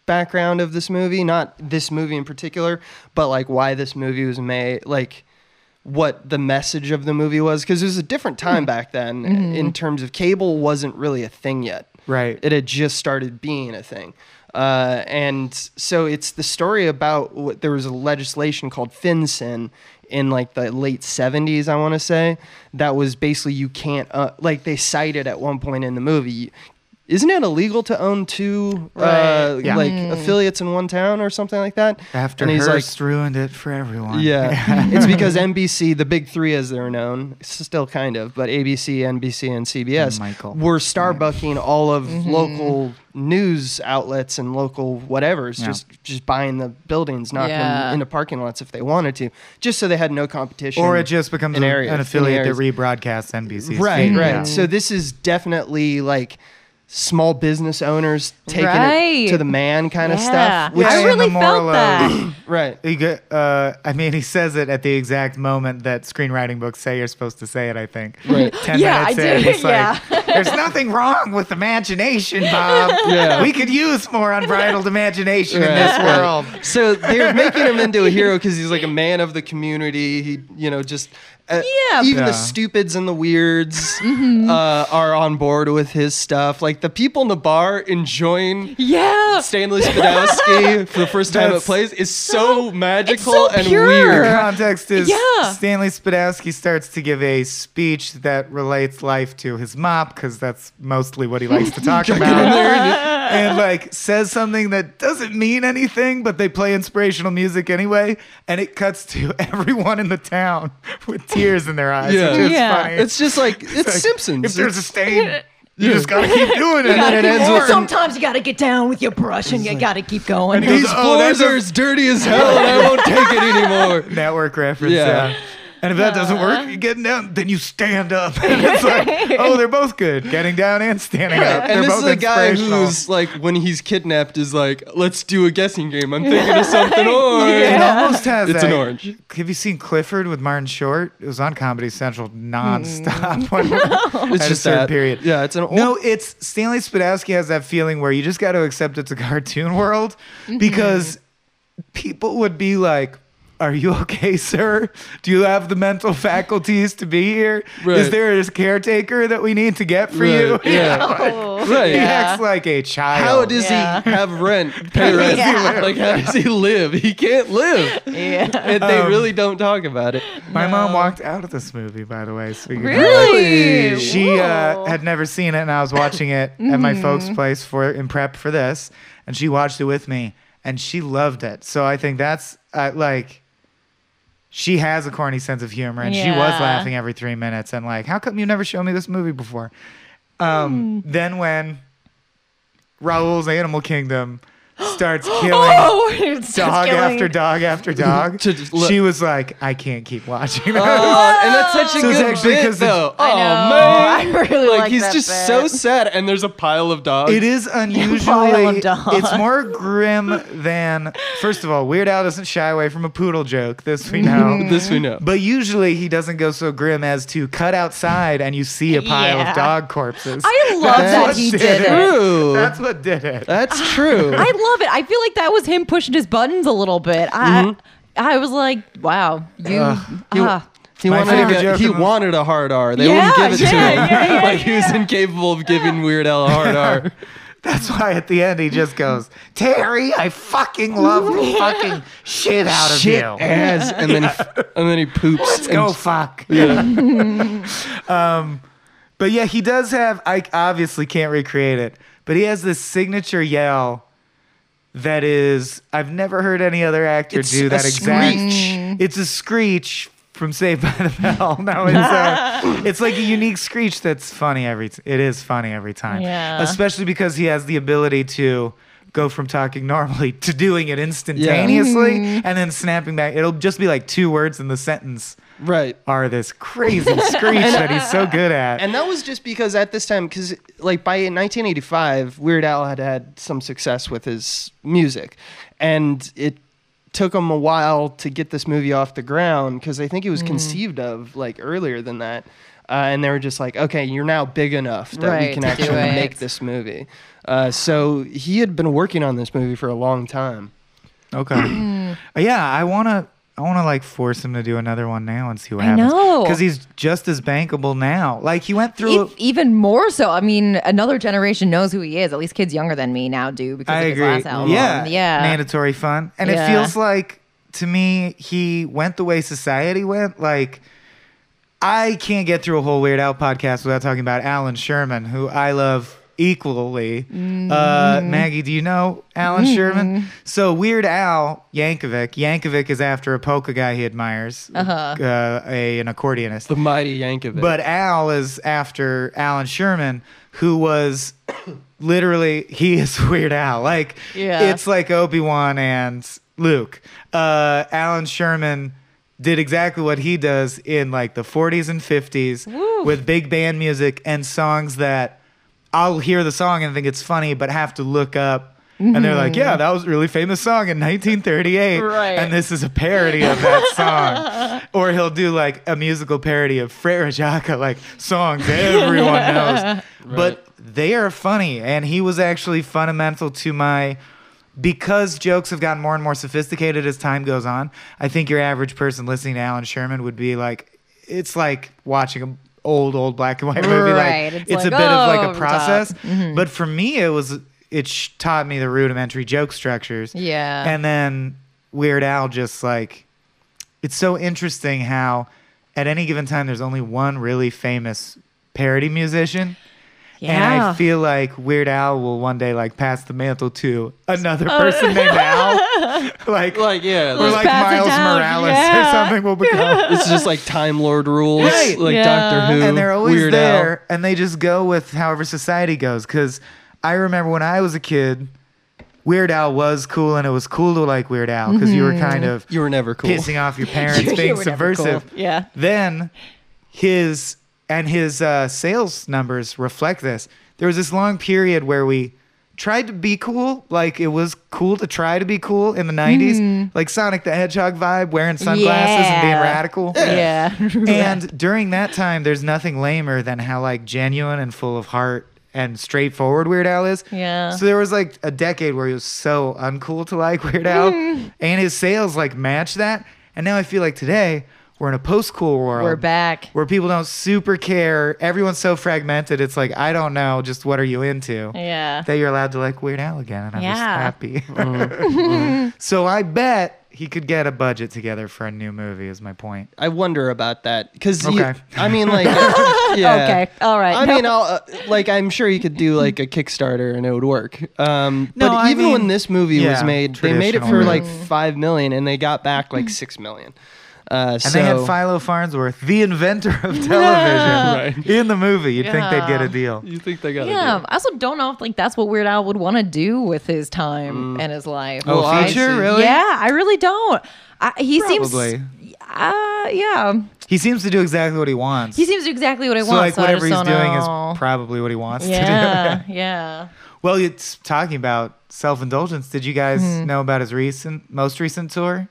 background of this movie? Not this movie in particular, but like why this movie was made, like what the message of the movie was because it was a different Hmm. time back then Mm-hmm. in terms of cable wasn't really a thing yet. Right. It had just started being a thing. Uh, and so it's the story about what, there was a legislation called FinCEN in like the late 70s, I want to say, that was basically you can't, uh, like they cited at one point in the movie, isn't it illegal to own two uh, Yeah. like affiliates in one town or something like that? After and he's like, Hearst ruined it for everyone. yeah, it's because NBC, the big three as they're known, s- still kind of, but ABC, NBC, and CBS Michael. were starbucking all of Mm-hmm. local news outlets and local whatevers, Yeah. just just buying the buildings, knocking Yeah. them into parking lots if they wanted to, just so they had no competition. Or it just becomes in a- areas- an in affiliate that areas. rebroadcasts NBC. Right, right. Yeah. So this is definitely like small business owners taking it Right. to the man kind of Yeah. stuff. Which, Yeah, I and really the moral of- felt that. Right. He go- uh, I mean, he says it at the exact moment that screenwriting books say you're supposed to say it. I think. Right. Ten Yeah, minutes I in, did. it's like, "There's nothing wrong with imagination, Bob. Yeah. We could use more unbridled imagination in Right, this right. world." So they're making him into a hero because he's like a man of the community. He, you know, just uh, Yeah. even Yeah. the stupids and the weirds uh, are on board with his stuff. Like the people in the bar enjoying Yeah. Stanley Spadowski for the first time That's- it plays is so magical so and pure. The weird. context is Yeah. Stanley Spadowski starts to give a speech that relates life to his mop because that's mostly what he likes to talk about. and like says something that doesn't mean anything, but they play inspirational music anyway. And it cuts to everyone in the town with tears in their eyes. Yeah. which is Yeah. funny. It's just like it's, like, Simpsons. If there's a It's- stain, you just gotta keep doing it. then it ends with some- Sometimes you got to get down with your brush and you got to keep going. he- these Oh, that's floors a- are as dirty as hell, and I won't take it anymore. network reference. Yeah. Yeah. And if that doesn't work, you're getting down, then you stand up. And it's like, oh, they're both good. Getting down and standing up. They're And this both is a guy inspirational. who's like, when he's kidnapped, is like, let's do a guessing game. I'm thinking of something orange. It almost has It's that- an orange. Have you seen Clifford with Martin Short? It was on Comedy Central nonstop. No. It's at just a certain that. period. Yeah, it's an old. No, it's Stanley Spadowski has that feeling where you just got to accept it's a cartoon world Mm-hmm. because people would be like, "Are you okay, sir? Do you have the mental faculties to be here? Is Right. there a caretaker that we need to get for Right, you?" yeah. Oh. Right. He Yeah. acts like a child. How does Yeah. he have rent? Pay rent? Like, how does he live? He can't live. Yeah. And they Um, really don't talk about it. My mom walked out of this movie, by the way. So you know. Really? She uh, Whoa. Mm-hmm. had never seen it, and I was watching it at my folks' place for in prep for this, and she watched it with me, and she loved it. So I think that's uh, like, she has a corny sense of humor, and she was Yeah. laughing every three minutes, and like, how come you never show me this movie before? Mm. Um, Then when Raoul's Animal Kingdom starts killing Oh, it's dog after dog after dog, To just look- she was like, I can't keep watching. this." Oh, and that's such a So it's good actually bit, 'cause the- though. I oh man, know. I really like he's that just bit. so sad, and there's a pile of dogs. It is Pile unusually. of dogs. It's more grim than. First of all, Weird Al doesn't shy away from a poodle joke. This we know. This we know. But usually he doesn't go so grim as to cut outside and you see a pile Yeah. of dog corpses. I love That's that what he did did it. it. true. That's what did it. That's true. I love it. I feel like that was him pushing his buttons a little bit. I Mm-hmm. I was like, wow, you. ah. He My wanted, to favorite get, joke he in the- wanted a hard R. They Yeah, wouldn't give it yeah, to him. yeah, yeah, like he was incapable of giving Weird Al a hard R. That's why at the end he just goes, Terry, I fucking love the fucking shit out of Shit you. ass, and then he, and then he poops. Let's and go fuck. um, but yeah, he does have. I obviously can't recreate it, but he has this signature yell that is. I've never heard any other actor It's do a that exact. Mm. screech. It's a screech from Saved by the Bell. No, it's, uh, it's like a unique screech that's funny every. T- it is funny every time, Yeah. especially because he has the ability to. Go from talking normally to doing it instantaneously and then snapping back. It'll just be like two words in the sentence Right. are this crazy screech that he's so good at. And that was just because at this time, because like by 1985, Weird Al had had some success with his music, and it took him a while to get this movie off the ground because I think it Mm. was conceived of like earlier than that. Uh, and they were just like, okay, you're now big enough that we Right, can to do actually it." make this movie. Uh, so he had been working on this movie for a long time. okay. yeah, I want to I want to like force him to do another one now and see what I happens know. cuz he's just as bankable now. Like he went through If, even more so. I mean, another generation knows who he is. At least kids younger than me now do because I of agree. his last album. Yeah. yeah. Mandatory fun. And it Yeah. feels like to me he went the way society went like I can't get through a whole Weird Al podcast without talking about Alan Sherman, who I love equally. Uh, Mm-hmm. Maggie, do you know Alan Sherman? So Weird Al Yankovic. Yankovic is after a polka guy he admires, Uh-huh. uh, a, an accordionist. The Mighty Yankovic. But Al is after Alan Sherman, who was literally he is Weird Al. Like Yeah. it's like Obi Wan and Luke. Uh, Alan Sherman did exactly what he does in like the 40s and 50s Woo. with big band music and songs that I'll hear the song and think it's funny, but have to look up. And they're Mm-hmm. like, yeah, that was a really famous song in 1938. Right. And this is a parody of that song. or he'll do like a musical parody of Frere Jacques, like songs everyone knows. But they are funny. And he was actually fundamental to my. Because jokes have gotten more and more sophisticated as time goes on, I think your average person listening to Alan Sherman would be like, it's like watching an old, old black and white movie. like, Right. it's It's a like, bit of oh, Mm-hmm. like over a the process. But for me, it was it sh- taught me the rudimentary joke structures. Yeah. And then Weird Al just like it's so interesting how at any given time there's only one really famous parody musician. And I Yeah. feel like Weird Al will one day like pass the mantle to another Oh. person named Al. like, Like, yeah, or like- like pass it Miles down. Morales or Yeah. something will become. it's just like Time Lord rules, Right. like Yeah. Doctor Who. and they're always Weird Al. there and they just go with however society goes because i remember when i was a kid weird al was cool and it was cool to like weird al because you were kind Mm-hmm. of You were never cool. pissing off your parents You being were never subversive cool. Yeah. then his and his uh, sales numbers reflect this there was this long period where we tried to be cool like it was cool to try to be cool in the 90s like sonic the hedgehog vibe wearing sunglasses and being Hmm. Yeah. radical Yeah. and during that time, there's nothing lamer than how like genuine and full of heart and straightforward Weird Al is. Yeah. So there was like a decade where he was so uncool to like Weird Al, and his sales like match that. And now I feel like today we're in a post-cool world. We're back. Where people don't super care. Everyone's so fragmented. It's like I don't know. Just what are you into? Yeah. That you're allowed to like Weird Al again, and I'm just Yeah. happy. so I bet he could get a budget together for a new movie. Is my point. I wonder about that because Okay. I mean, like, yeah. Okay. All right. I mean, I'll, uh, like, I'm sure you could do like a Kickstarter and it would work. Um, No, but I even mean- when this movie was Yeah, made, they made it traditional for route. like five million and they got back like six million. Uh, And so they had Philo Farnsworth, the inventor of television, in the movie. You'd think they'd get a deal. you think they got yeah. I also don't know if like that's what Weird Al would want to do with his time and his life. Oh, Well, future? I see. Really? Yeah, I really don't. I, he Probably. seems. Uh, yeah. He seems to do exactly what he wants. He seems to do exactly what I so, want. like, so whatever I he's just don't doing know. is probably what he wants to yeah. yeah. do. well, it's talking about self indulgence. Did you guys Hmm. know about his recent, most recent tour?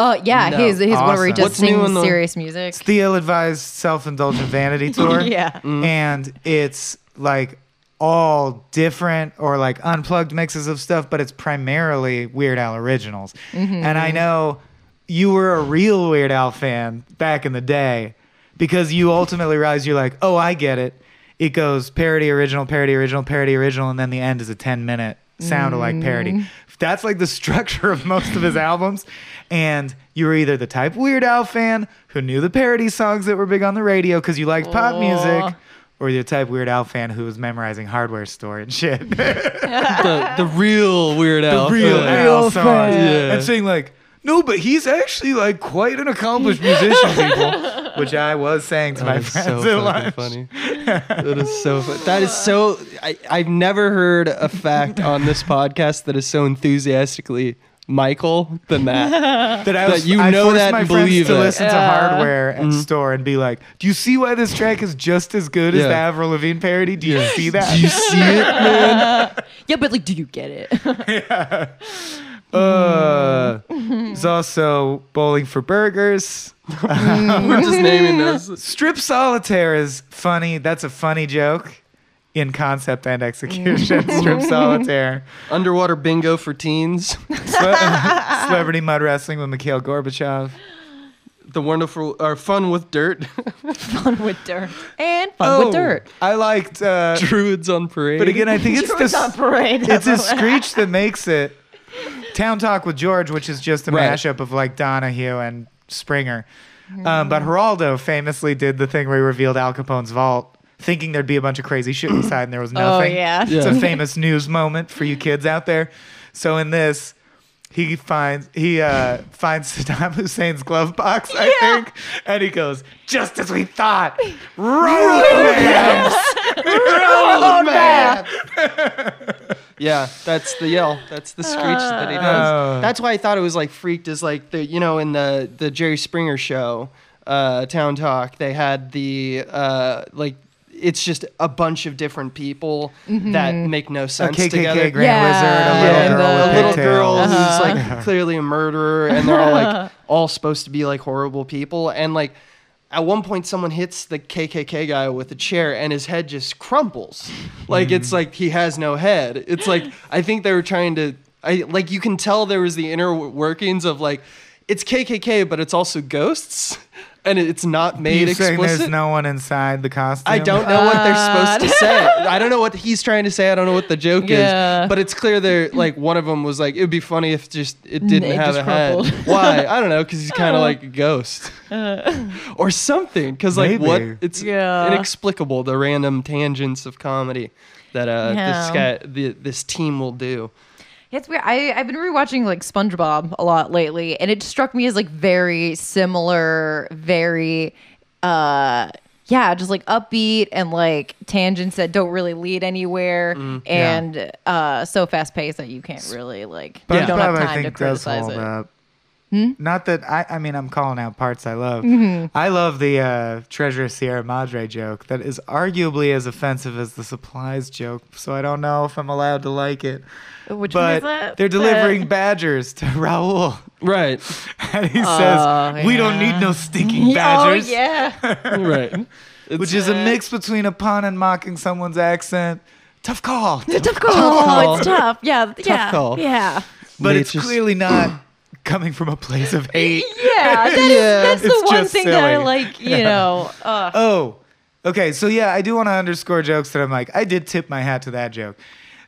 Oh yeah, No. his his whatever he Awesome. just What's new sings in the- serious music. It's the ill advised self indulgent vanity tour. Yeah. And it's like all different or like unplugged mixes of stuff, but it's primarily Weird Al originals. And I know you were a real Weird Al fan back in the day because you ultimately realize you're like, oh, I get it. It goes parody original, parody original, parody original, and then the end is a 10 minute sound alike parody. That's like the structure of most of his albums. And you were either the type Weird Al fan who knew the parody songs that were big on the radio because you liked pop music, or you're the type Weird Al fan who was memorizing hardware store and shit. the, the real Weird Al. real Yeah. Al songs. Yeah. And saying like, no, but he's actually like quite an accomplished musician, people. Which I was saying to my That is so friends at fucking lunch. funny. that is so fun. That is so. I, I've never heard a fact on this podcast that is so enthusiastically Michael than that. that I That was, you I know forced that my and friends believe to it. Mm-hmm. listen to Yeah. hardware and store and be like, "Do you see why this track is just as good as Yeah. the Avril Lavigne parody? Do you see that?" Do you see it, man? Yeah, but like, do you get it? uh, There's also bowling for burgers. We're just naming those. Strip solitaire is funny. That's a funny joke in concept and execution. Strip solitaire. Underwater bingo for teens. Cele- celebrity mud wrestling with Mikhail Gorbachev. The wonderful, or fun with dirt. fun with dirt and fun Oh, Oh, Oh. with dirt. I liked. Uh, Druids on parade. but again, I think it's Druids the on parade. it's a screech that makes it town talk with george which is just a Right. mashup of like donahue and springer Mm-hmm. um, but geraldo famously did the thing where he revealed al capone's vault thinking there'd be a bunch of crazy shit inside and there was nothing Oh, yeah. it's a Yeah. famous news moment for you kids out there so in this he finds he uh, finds Saddam Hussein's glove box, I Yeah. think, and he goes, "Just as we thought, romance." yeah, that's the yell. That's the screech that he Oh. does. That's why I thought it was like freaked. Is like the you know in the the Jerry Springer show, uh, Town Talk. They had the uh, like it's just a bunch of different people that make no A sense together. KKK grand Yeah. wizard, a little Yeah, girl, a with little pigtails. girl who's like clearly a murderer, and they're all like all supposed to be like horrible people, and like at one point someone hits the KKK guy with a chair, and his head just crumples, like Mm-hmm. it's like he has no head. It's like I think they were trying to, I like you can tell there was the inner workings of like it's KKK, but it's also ghosts. and it's not made You saying there's explicit. no one inside the costume? I don't know what they're supposed to say. I don't know what he's trying to say. I don't know what the joke Yeah. is. But it's clear they're like one of them was like, it'd be funny if just it didn't it have just Uh-huh. a head. crumpled. Why? I don't know. Because he's kind of like a ghost or something. Because like what? Maybe. It's Uh. Yeah. inexplicable the random tangents of comedy that uh, this Yeah. guy, the, this team will do. It's weird. I, I've been rewatching like SpongeBob a lot lately, and it struck me as like very similar, very uh yeah, just like upbeat and like tangents that don't really lead anywhere Mm, and uh so fast paced that you can't really like But you don't have Bob, I time to think does criticize hold it. Hmm? up. Not that I, I mean, I'm calling out parts I love. Mm-hmm. I love the uh, Treasure of Sierra Madre joke that is arguably as offensive as the supplies joke. So I don't know if I'm allowed to like it. Which one but is that? they're The- delivering badgers to Raul. Right. And he Oh, says, We don't need no stinking badgers. Oh yeah. right. It's- Which is a mix between a pun and mocking someone's accent. Tough call. tough call. Oh, call. It's tough. Yeah. yeah. call. Yeah. But They it's just- clearly not coming from a place of hate. Yeah. That is, Yeah. that's the It's one just thing that I silly. like, you know. Uh, Oh, okay. So yeah, I do want to underscore jokes that I'm like, I did tip my hat to that joke.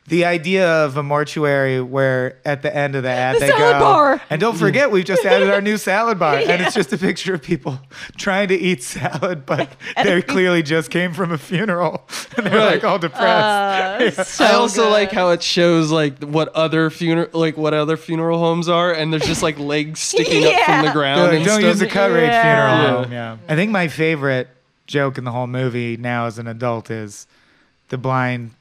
The idea of a mortuary where at the end of the ad The they salad go, bar. and don't forget we've just added our new salad bar, and it's just a picture of people trying to eat salad, but they clearly just came from a funeral, and they're like all depressed. Uh-huh. I also like how it shows like what other funeral like what other funeral homes are, and there's just like legs sticking up from the Yeah. ground. They're like, and don't stuff. use a cut rate Yeah. funeral Yeah. home. Yeah. I think my favorite joke in the whole movie now as an adult is the blind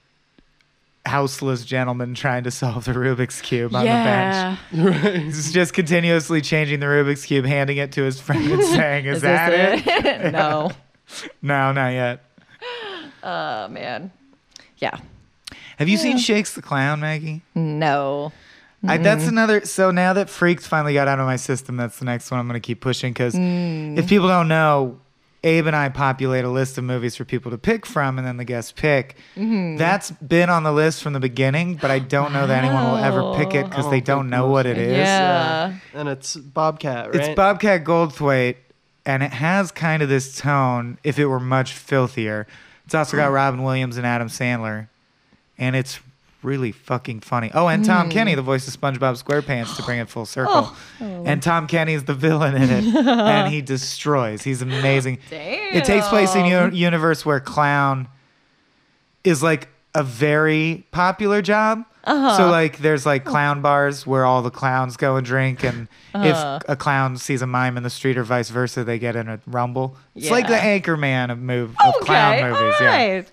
houseless gentleman trying to solve the Rubik's Cube on the bench. yeah. He's just continuously changing the Rubik's Cube, handing it to his friend and saying, Is, Is that it? this it? no. No, not yet. Oh man. Yeah. Have you seen Shakes the Clown, Maggie? No. I, that's another. So now that Freaks finally got out of my system, that's the next one I'm going to keep pushing because if people don't know, Abe and I populate a list of movies for people to pick from, and then the guests pick. That's been on the list from the beginning, but I don't know that anyone will ever pick it because they don't know what it is. Yeah. and it's Bobcat, right? It's Bobcat Goldthwait, and it has kind of this tone if it were much filthier. It's also got Robin Williams and Adam Sandler, and it's really fucking funny. Oh, and Tom Kenny, the voice of SpongeBob SquarePants, to bring it full circle. And Tom Kenny is the villain in it, and he destroys. He's amazing. It takes place in a universe where clown is like a very popular job. Uh-huh. So like there's like clown bars where all the clowns go and drink and Uh-huh. if a clown sees a mime in the street or vice versa, they get in a rumble. It's like the Yeah. anchor man of move of Okay. clown movies. All Yeah. right.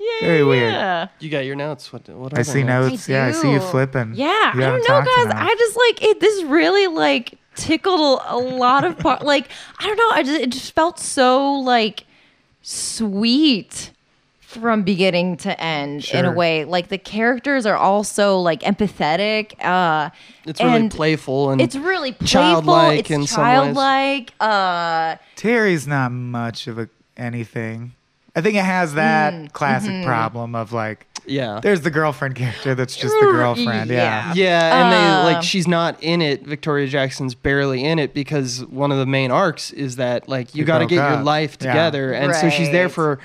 Yeah. Very yeah, weird. yeah. you got your notes. What? what I are see my notes? notes. yeah, I see you do. flipping. Yeah, You I haven't don't know, talked in a guys. while. I just like it. This really like tickled a lot of part. like I don't know. I just it just felt so like sweet from beginning to end in a Sure. way. Like the characters are also like empathetic. Uh, It's really and playful and It's really playful. Childlike it's in some ways. childlike. Uh, Terry's not much of a anything. I think it has that Mm, classic mm-hmm. problem of like yeah. there's the girlfriend character that's just the girlfriend. yeah. Yeah, and they Uh. like she's not in it. Victoria Jackson's barely in it because one of the main arcs is that like you You got to broke get your up. life Yeah. together, and so she's there Right. Mm-hmm. for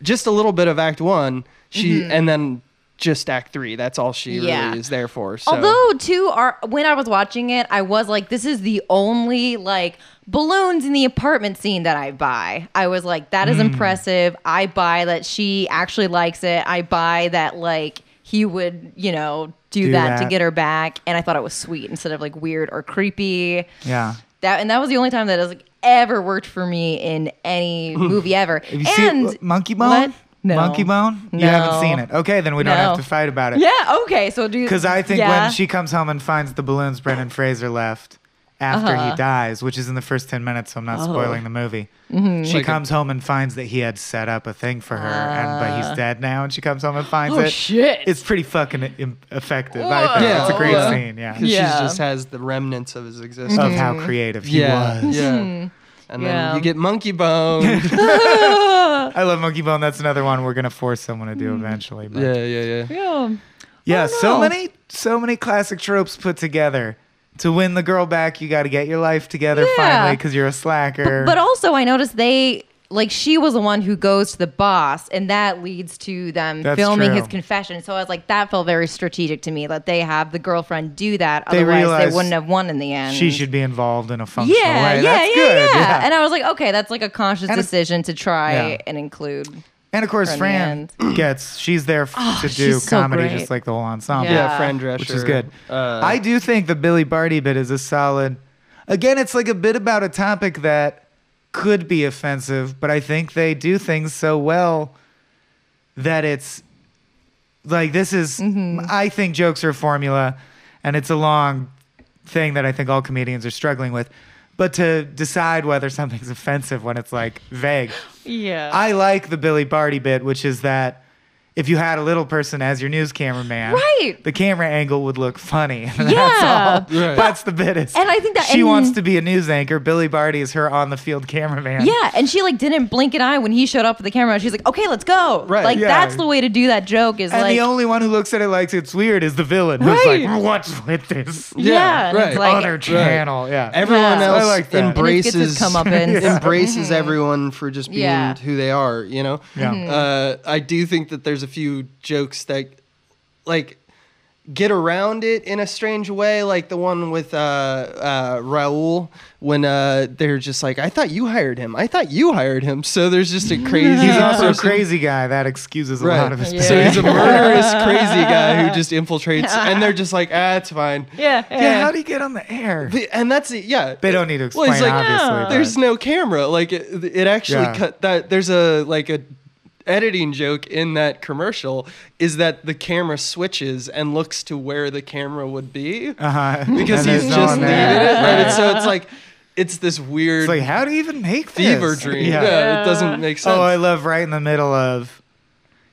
just a little bit of Act One. She and then just Act Three. That's all she Yeah. really is there for. So. Although too, are when I was watching it, I was like, this is the only like balloons in the apartment scene that I buy. I was like, that is Hmm. impressive. I buy that she actually likes it. I buy that like he would, you know, do, Do that, to that. get her back. And I thought it was sweet instead of like weird or creepy. Yeah. That and that was the only time that has like ever worked for me in any movie ever. Have you and seen Monkey Bone? let- no. Monkey Bone? You No. haven't seen it. Okay, then we don't No. have to fight about it. Yeah. Okay. So do Because I think yeah. when she comes home and finds the balloons Brendan Fraser left after Uh-huh. he dies, which is in the first 10 minutes, so I'm Oh. not spoiling the movie. Mm-hmm. She Like a- comes home and finds that he had set up a thing for her, and but he's dead now, and she comes home and finds Ah. Oh, it. shit. It's pretty fucking im- effective, I think. Yeah. It's a great Yeah. scene, yeah. 'Cause she Yeah. just has the remnants of his existence. Of how creative he yeah, Oh, was. yeah. And then Hmm. Yeah. you get Monkey Bone. yeah, I love Monkey Bone. That's another one we're going to force someone to do Mm. eventually. But. yeah, yeah. Yeah. Yeah, Oh, so no. many so many classic tropes put together. to win the girl back, you got to get your life together Yeah. finally because you're a slacker. But also, I noticed they like she was the one who goes to the boss, and that leads to them That's filming true. his confession. So I was like, that felt very strategic to me that they have the girlfriend do that. They Otherwise, realized they wouldn't have won in the end. she should be involved in a functional Yeah, way. yeah, That's yeah, good. yeah, yeah. And uh, I was like, okay, that's like a conscious And it's- decision to try Yeah. and include. And of course, From the Oh, Fran gets she's there f- to do she's so comedy, great. just like the whole ensemble, Yeah. yeah, friend dresser, which is good. Uh, I do think the Billy Barty bit is a solid. Again, it's like a bit about a topic that could be offensive, but I think they do things so well that it's like this is. I think jokes are a formula, and it's a long thing that I think all comedians are struggling with. But to decide whether something's offensive when it's like vague. Yeah. I like the Billy Barty bit, which is that if you had a little person as your news cameraman, Right. the camera angle would look funny. That's Yeah. all. Right. That's the bit. Is And I think that- she and- wants to be a news anchor. Billy Barty is her on the field cameraman. yeah, and she like didn't blink an eye when he showed up with the camera. She's like, "Okay, let's go." Right, like yeah. that's the way to do that joke is And like, the only one who looks at it like it's weird is the villain, who's Right. like, "What's with this yeah, Yeah, and it's right. like, other channel?" Yeah. Everyone Yeah. else I like that. And it gets its embraces comeuppance. Yeah. embraces everyone for just being Mm-hmm. Yeah. Mm-hmm. who they are. You know. Yeah. Mhm. Uh, I do think that there's a few jokes that, like, get around it in a strange way, like the one with uh, uh, Raul when uh, they're just like, "I thought you hired him. I thought you hired him." So there's just a crazy. He's also a person- crazy guy. That excuses a Right. lot of his. Mm-hmm. Yeah. So he's a behavior. murderous, crazy guy who just infiltrates, and they're just like, "Ah, it's fine." yeah, yeah. How do you get on the air? The- And that's it. Yeah. They don't need to Well, explain. he's like, obviously, Yeah. but- there's no camera like it, it actually Uh-huh. Yeah. cut that there's a like a editing joke in that commercial is that the camera switches and looks to where the camera would be uh-huh. because And he's there's no just one leaving it there. and it's, so it's like it's this weird It's like, how do you even make this? fever dream yeah. it doesn't make sense Oh, I love right in the middle of.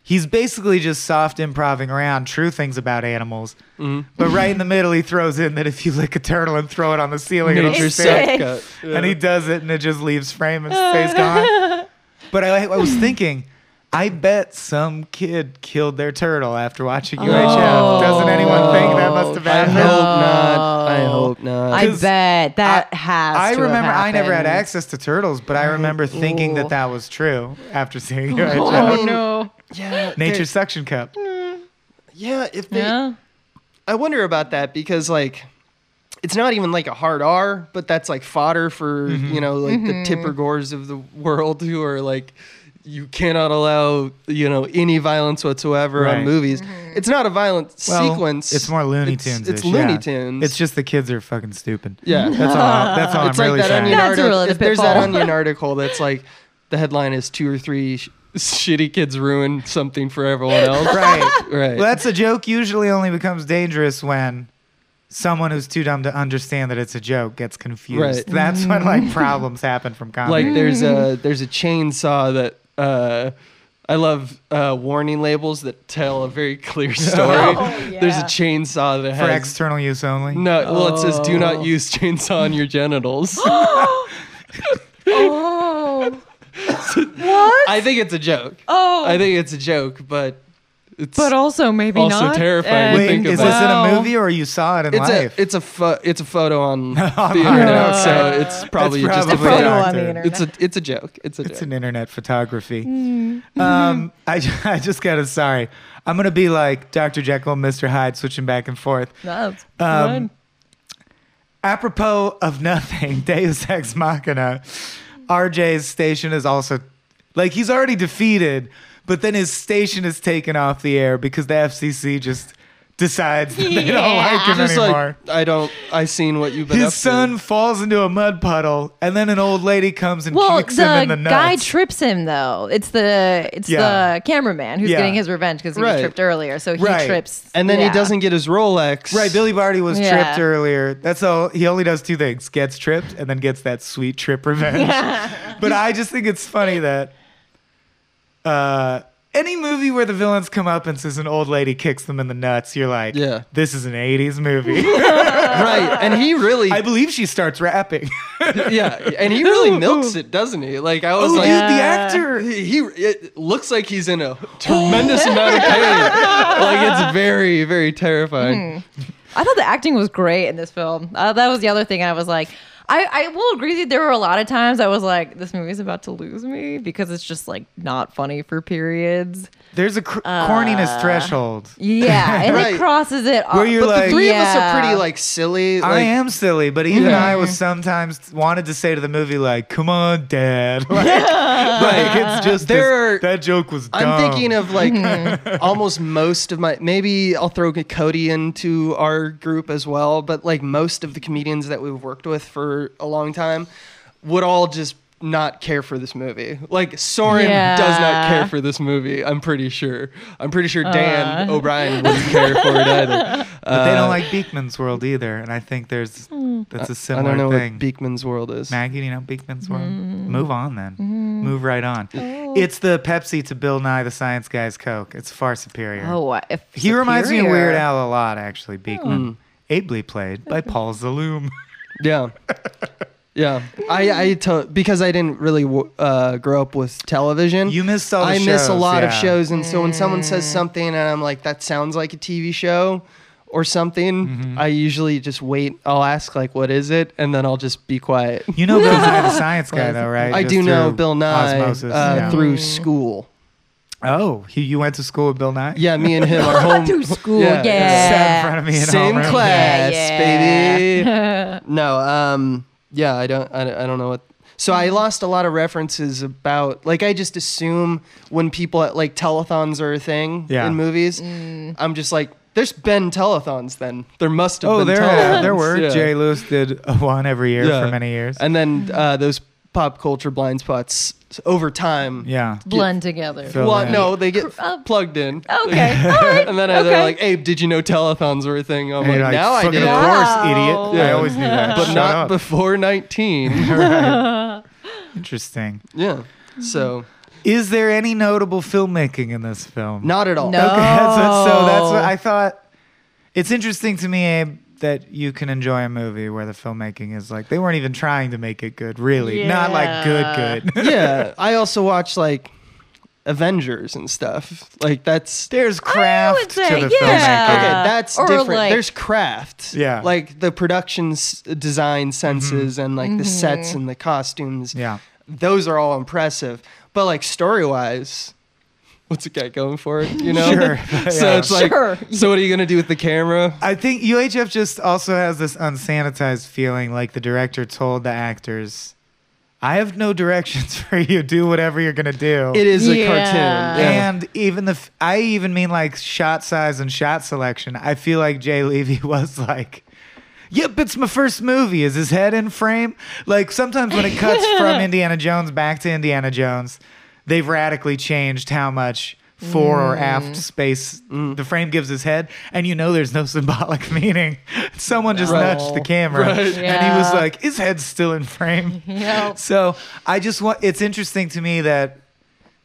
He's basically just soft improving around true things about animals, Mm-hmm. but right in the middle he throws in that if you lick a turtle and throw it on the ceiling, it'll Nature's just sick. stick. self cut. Yeah. And he does it, and it just leaves frame and stays gone. But I, I was thinking, I bet some kid killed their turtle after watching Oh. UHF. Doesn't anyone think that must have I happened? hope not. I hope not. I 'Cause bet that has. I to have remember I never had happened. access to turtles, but I remember thinking that Ooh. that was true after seeing your I oh, mean, no. yeah, Nature suction cup. Yeah, if they, Yeah. I wonder about that because like it's not even like a hard R, but that's like fodder for Mm-hmm. you know like Mm-hmm. the Tipper Gores of the world who are like you cannot allow you know any violence whatsoever Right. on movies. Mm-hmm. It's not a violent Well, sequence. It's more Looney It's- Tunes. It's, Looney Tunes. It's just the kids are fucking stupid. Yeah. that's all. That's all it's I'm like really that saying. onion That's article. really the if there's that pitfall. onion article that's like the headline is two or three sh- shitty kids ruin something for everyone else. right. Right. Well, that's a joke. Usually, only becomes dangerous when someone who's too dumb to understand that it's a joke gets confused. Right. Mm. That's when like problems happen from comedy. like there's a there's a chainsaw that uh I love uh, warning labels that tell a very clear story. There's yeah. a chainsaw that Oh, for Oh. has external use only. no. Well, it says do not use chainsaw on your genitals. Oh. I think it's a joke. Oh. I think it's a joke, but it's but also maybe Also not. terrifying to And- Wait, Wait, think is about this in Wow. a movie or you saw it in it's life? a it's a pho- it's a photo on the On internet, the so internet. it's probably, That's just a probably photo. photo not on the there. internet. It's a it's a joke. It's a It's joke. an internet photography. Um, I, ju- I just got to, sorry. I'm going to be like Dr. Jekyll, Mr. Hyde, switching back and forth. That's Um, good. Apropos of nothing, Deus Ex Machina, RJ's station is also, like, he's already defeated, but then his station is taken off the air because the FCC just decides that they don't like him Just anymore. like I don't. I seen what you've been up his to. son falls into a mud puddle, and then an old lady comes and Well, kicks him in the the nuts. guy trips him though. It's the it's Yeah. the cameraman who's Yeah. getting his revenge because he Right. was tripped earlier. So he Right. trips, and then yeah. he doesn't get his Rolex. Right, Billy Barty was Yeah. tripped earlier. That's all. He only does two things: gets tripped and then gets that sweet trip revenge. but I just think it's funny that uh, any movie where the villain's comeuppance is an old lady kicks them in the nuts, you're like, Yeah. this is an '80s movie. right, and he really I believe she starts rapping. yeah, and he really milks it, doesn't he? Like I was Oh, like, dude, the Yeah. actor. he he- it looks like he's in a tremendous amount of pain. Like it's very very terrifying. I thought the acting was great in this film. Uh, that was the other thing I was like, I, I will agree with you. There were a lot of times I was like, this movie's about to lose me because it's just like not funny for periods. There's a cr- Uh. corniness threshold. Yeah, and Right. it crosses it. off. Where you're But the like- three of us are pretty Yeah. like silly. Like, I am silly, but even I was sometimes wanted to say to the movie like, "Come on, Dad!" Like, like, it's just There there. are- that joke was. Dumb. I'm thinking of like almost most of my maybe I'll throw Cody into our group as well, but like most of the comedians that we've worked with for a long time would all just not care for this movie. Like Soren does not Yeah. care for this movie, I'm pretty sure. I'm pretty sure Dan O'Brien wouldn't care for it either. but they Uh, don't like Beekman's World either, and I think there's that's a I similar don't know thing. what Beekman's world is. Maggie, you know Beekman's World. Move on then. Move right on. It's the Pepsi to Bill Nye the Science Guy's Coke. It's far superior. Oh, what if he reminds me of superior. Weird Al a lot, actually. Hmm. Beekman, ably played by Paul Zaloom. Yeah. Yeah, I I to- because I didn't really w- uh, grow up with television. You missed all the I miss a shows, lot of yeah. shows, and so when someone says something and I'm like, that sounds like a TV show or something, Mm-hmm. I usually just wait. I'll ask like, what is it, and then I'll just be quiet. You know Bill Nye the Science Guy, though, right? I Just do know through Bill Nye uh, osmosis, yeah. through school. Oh, he, you went to school with Bill Nye? Yeah, me and him are home through school? Yeah. Yeah, Sat in front of me in same homeroom. class, Yeah, baby. no, um, yeah, I don't, I, don't- I don't know what. So I lost a lot of references about like I just assume when people at like telethons are a thing Yeah. in movies, Mm. I'm just like, there's been telethons then. There must have Oh, been there, telethons. there were. Yeah. Jerry Lewis did one every year Yeah. for many years. And then uh, those pop culture blind spots over time. yeah. blend together. Phil- Well, Yeah. no, they get Uh, plugged in. Okay, all right. And then I- Okay. they're like, Abe, did you know telethons were a thing? I'm And like, you're like, now I "Fucking did. Of course, Wow. idiot. I Yeah. always knew that. but Shut not up. before 19. Right. Interesting. yeah. So, Is there any notable filmmaking in this film? not at all. No. Okay, that's what, so that's what No. I thought. It's interesting to me, Abe, that you can enjoy a movie where the filmmaking is like they weren't even trying to make it good, really. Not like Yeah. good, good. yeah. I also watch like Avengers and stuff. Like that's There's craft to say, the yeah. Okay, filmmaking. Uh, that's or, different. like- There's craft. Yeah. Like the production's design senses and Mm-hmm. like the sets and the costumes. Yeah. Those are all impressive. But like story wise, what's a guy going for it? You know? Sure. So Yeah. it's like Sure. so what are you gonna do with the camera? I think UHF just also has this unsanitized feeling like the director told the actors, I have no directions for you. Do whatever you're going to do. It is a Yeah. cartoon. Yeah. And even the, f- I even mean like shot size and shot selection. I feel like Jay Levy was like, Yep, it's my first movie. Is his head in frame? Like sometimes when it cuts from Indiana Jones back to Indiana Jones, they've radically changed how much fore or aft space the frame gives his head. And you know there's no symbolic meaning. Someone just No. nudged the camera Right. and he was Yeah. like, his head's still in frame. Yep. So I just want it's interesting to me that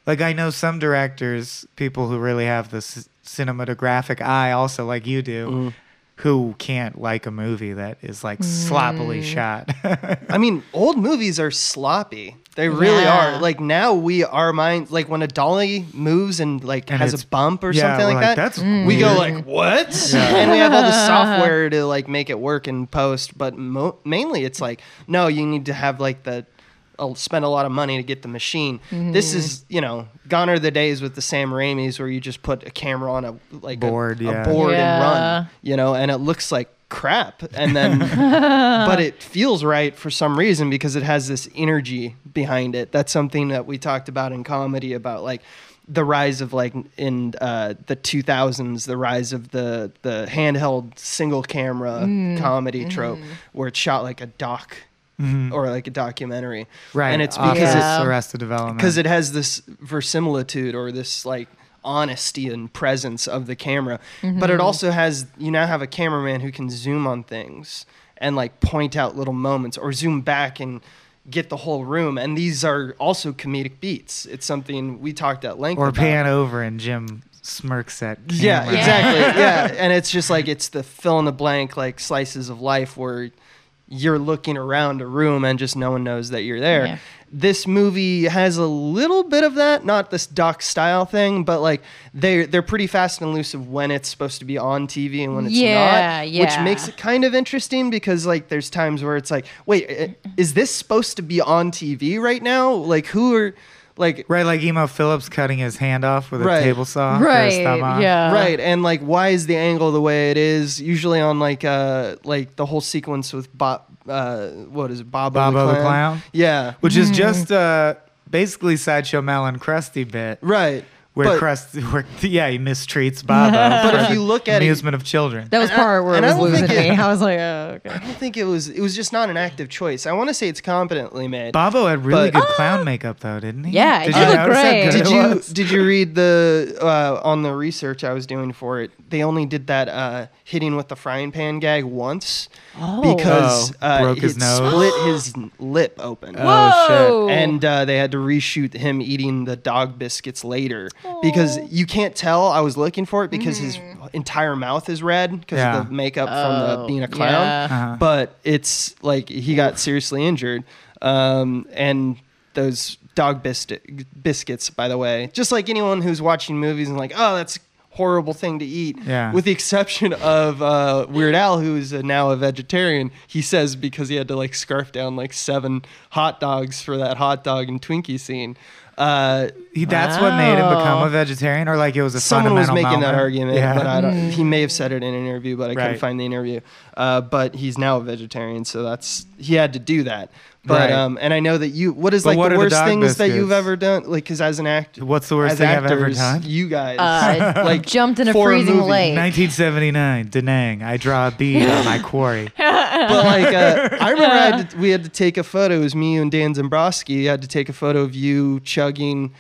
like I know some directors, people who really have the c- cinematographic eye, also like you do, Mm-hmm. who can't like a movie that is like sloppily Mm. shot. I mean, old movies are sloppy. They really Yeah. are. Like now we are mind like when a dolly moves and like And has a it's- bump or yeah, something we're like, like, that. "That's Mm. we go weird." like what? And we have all the software to like make it work in post, but mo- mainly it's like no, you need to have like the I'll spend a lot of money to get the machine. Mm-hmm. This is, you know, gone are the days with the Sam Raimis where you just put a camera on a like a- Board, a, yeah. board and Yeah. run, you know, and it looks like crap. And then but it feels right for some reason because it has this energy behind it. That's something that we talked about in comedy about like the rise of like in uh, the 2000s, the rise of the the handheld single camera comedy trope where it's shot like a doc or like a documentary, And it's because Opposite. it it's Yeah. Arrested Development. because it has this verisimilitude or this like honesty and presence of the camera but it also has you now have a cameraman who can zoom on things and like point out little moments or zoom back and get the whole room and these are also comedic beats it's something we talked at length or about. pan over and Jim smirks at Yeah, camera. exactly. yeah, and it's just like it's the fill in the blank like slices of life where you're looking around a room and just no one knows that you're there. Yeah. This movie has a little bit of that, not this doc style thing, but like they they're pretty fast and loose of when it's supposed to be on TV and when it's Yeah, not, yeah. which makes it kind of interesting because like there's times where it's like, wait, i- is this supposed to be on TV right now? Like who are like Right, like Emo Phillips cutting his hand off with a Right. table saw. or a stomach. Yeah. right and like why is the angle the way it is usually on like uh like the whole sequence with bob uh what is it bob Bobo the Clown? yeah Which Mm-hmm. is just uh, basically Sideshow Mel and Krusty bit. right Where But- Krusty, where, yeah, he mistreats Bobo. but if you look at it- amusement of children. That was And I- part where it and I was don't think losing me. it- I was like, oh, okay. i don't think it was it was just not an active choice i want to say it's competently made Bobo had really But- good clown makeup, though, didn't he? Oh. Yeah, Did he you looked notice how great. good did it you was? did you read the uh on the research i was doing for it they only did that uh hitting with the frying pan gag once Oh. because Oh, uh broke it his nose. split his lip open Oh, Whoa. and uh, they had to reshoot him eating the dog biscuits later because you can't tell. I was looking for it because his entire mouth is red because Yeah. of the makeup from Mm-hmm. Oh, the, being a clown. yeah. Uh-huh. But it's like he got seriously injured, um, and those dog biscuit biscuits, by the way, just like anyone who's watching movies and like, oh, that's a horrible thing to eat Yeah. with the exception of uh, weird al who's uh, now a vegetarian he says because he had to like scarf down like seven hot dogs for that hot dog and twinkie scene uh, He, that's what made him become Wow. a vegetarian, or like it was a someone was fundamental making that moment? argument Yeah. but I Mm-hmm. don't, he may have said it in an interview but i couldn't Right. find the interview uh, but he's now a vegetarian so that's he had to do that but Right. um, and i know that you what is But like what the are the worst dog things that you've biscuits? ever done like because as an actor What's the worst as thing I've ever actors, done? you guys Uh, like jumped in a for freezing movie. lake. 1979, Da Nang. I draw a bead on my quarry. Oh. but like uh, I remember I had to, we had to take a photo. It was me you and Dan Zambrowski. I had to take a photo of you chugging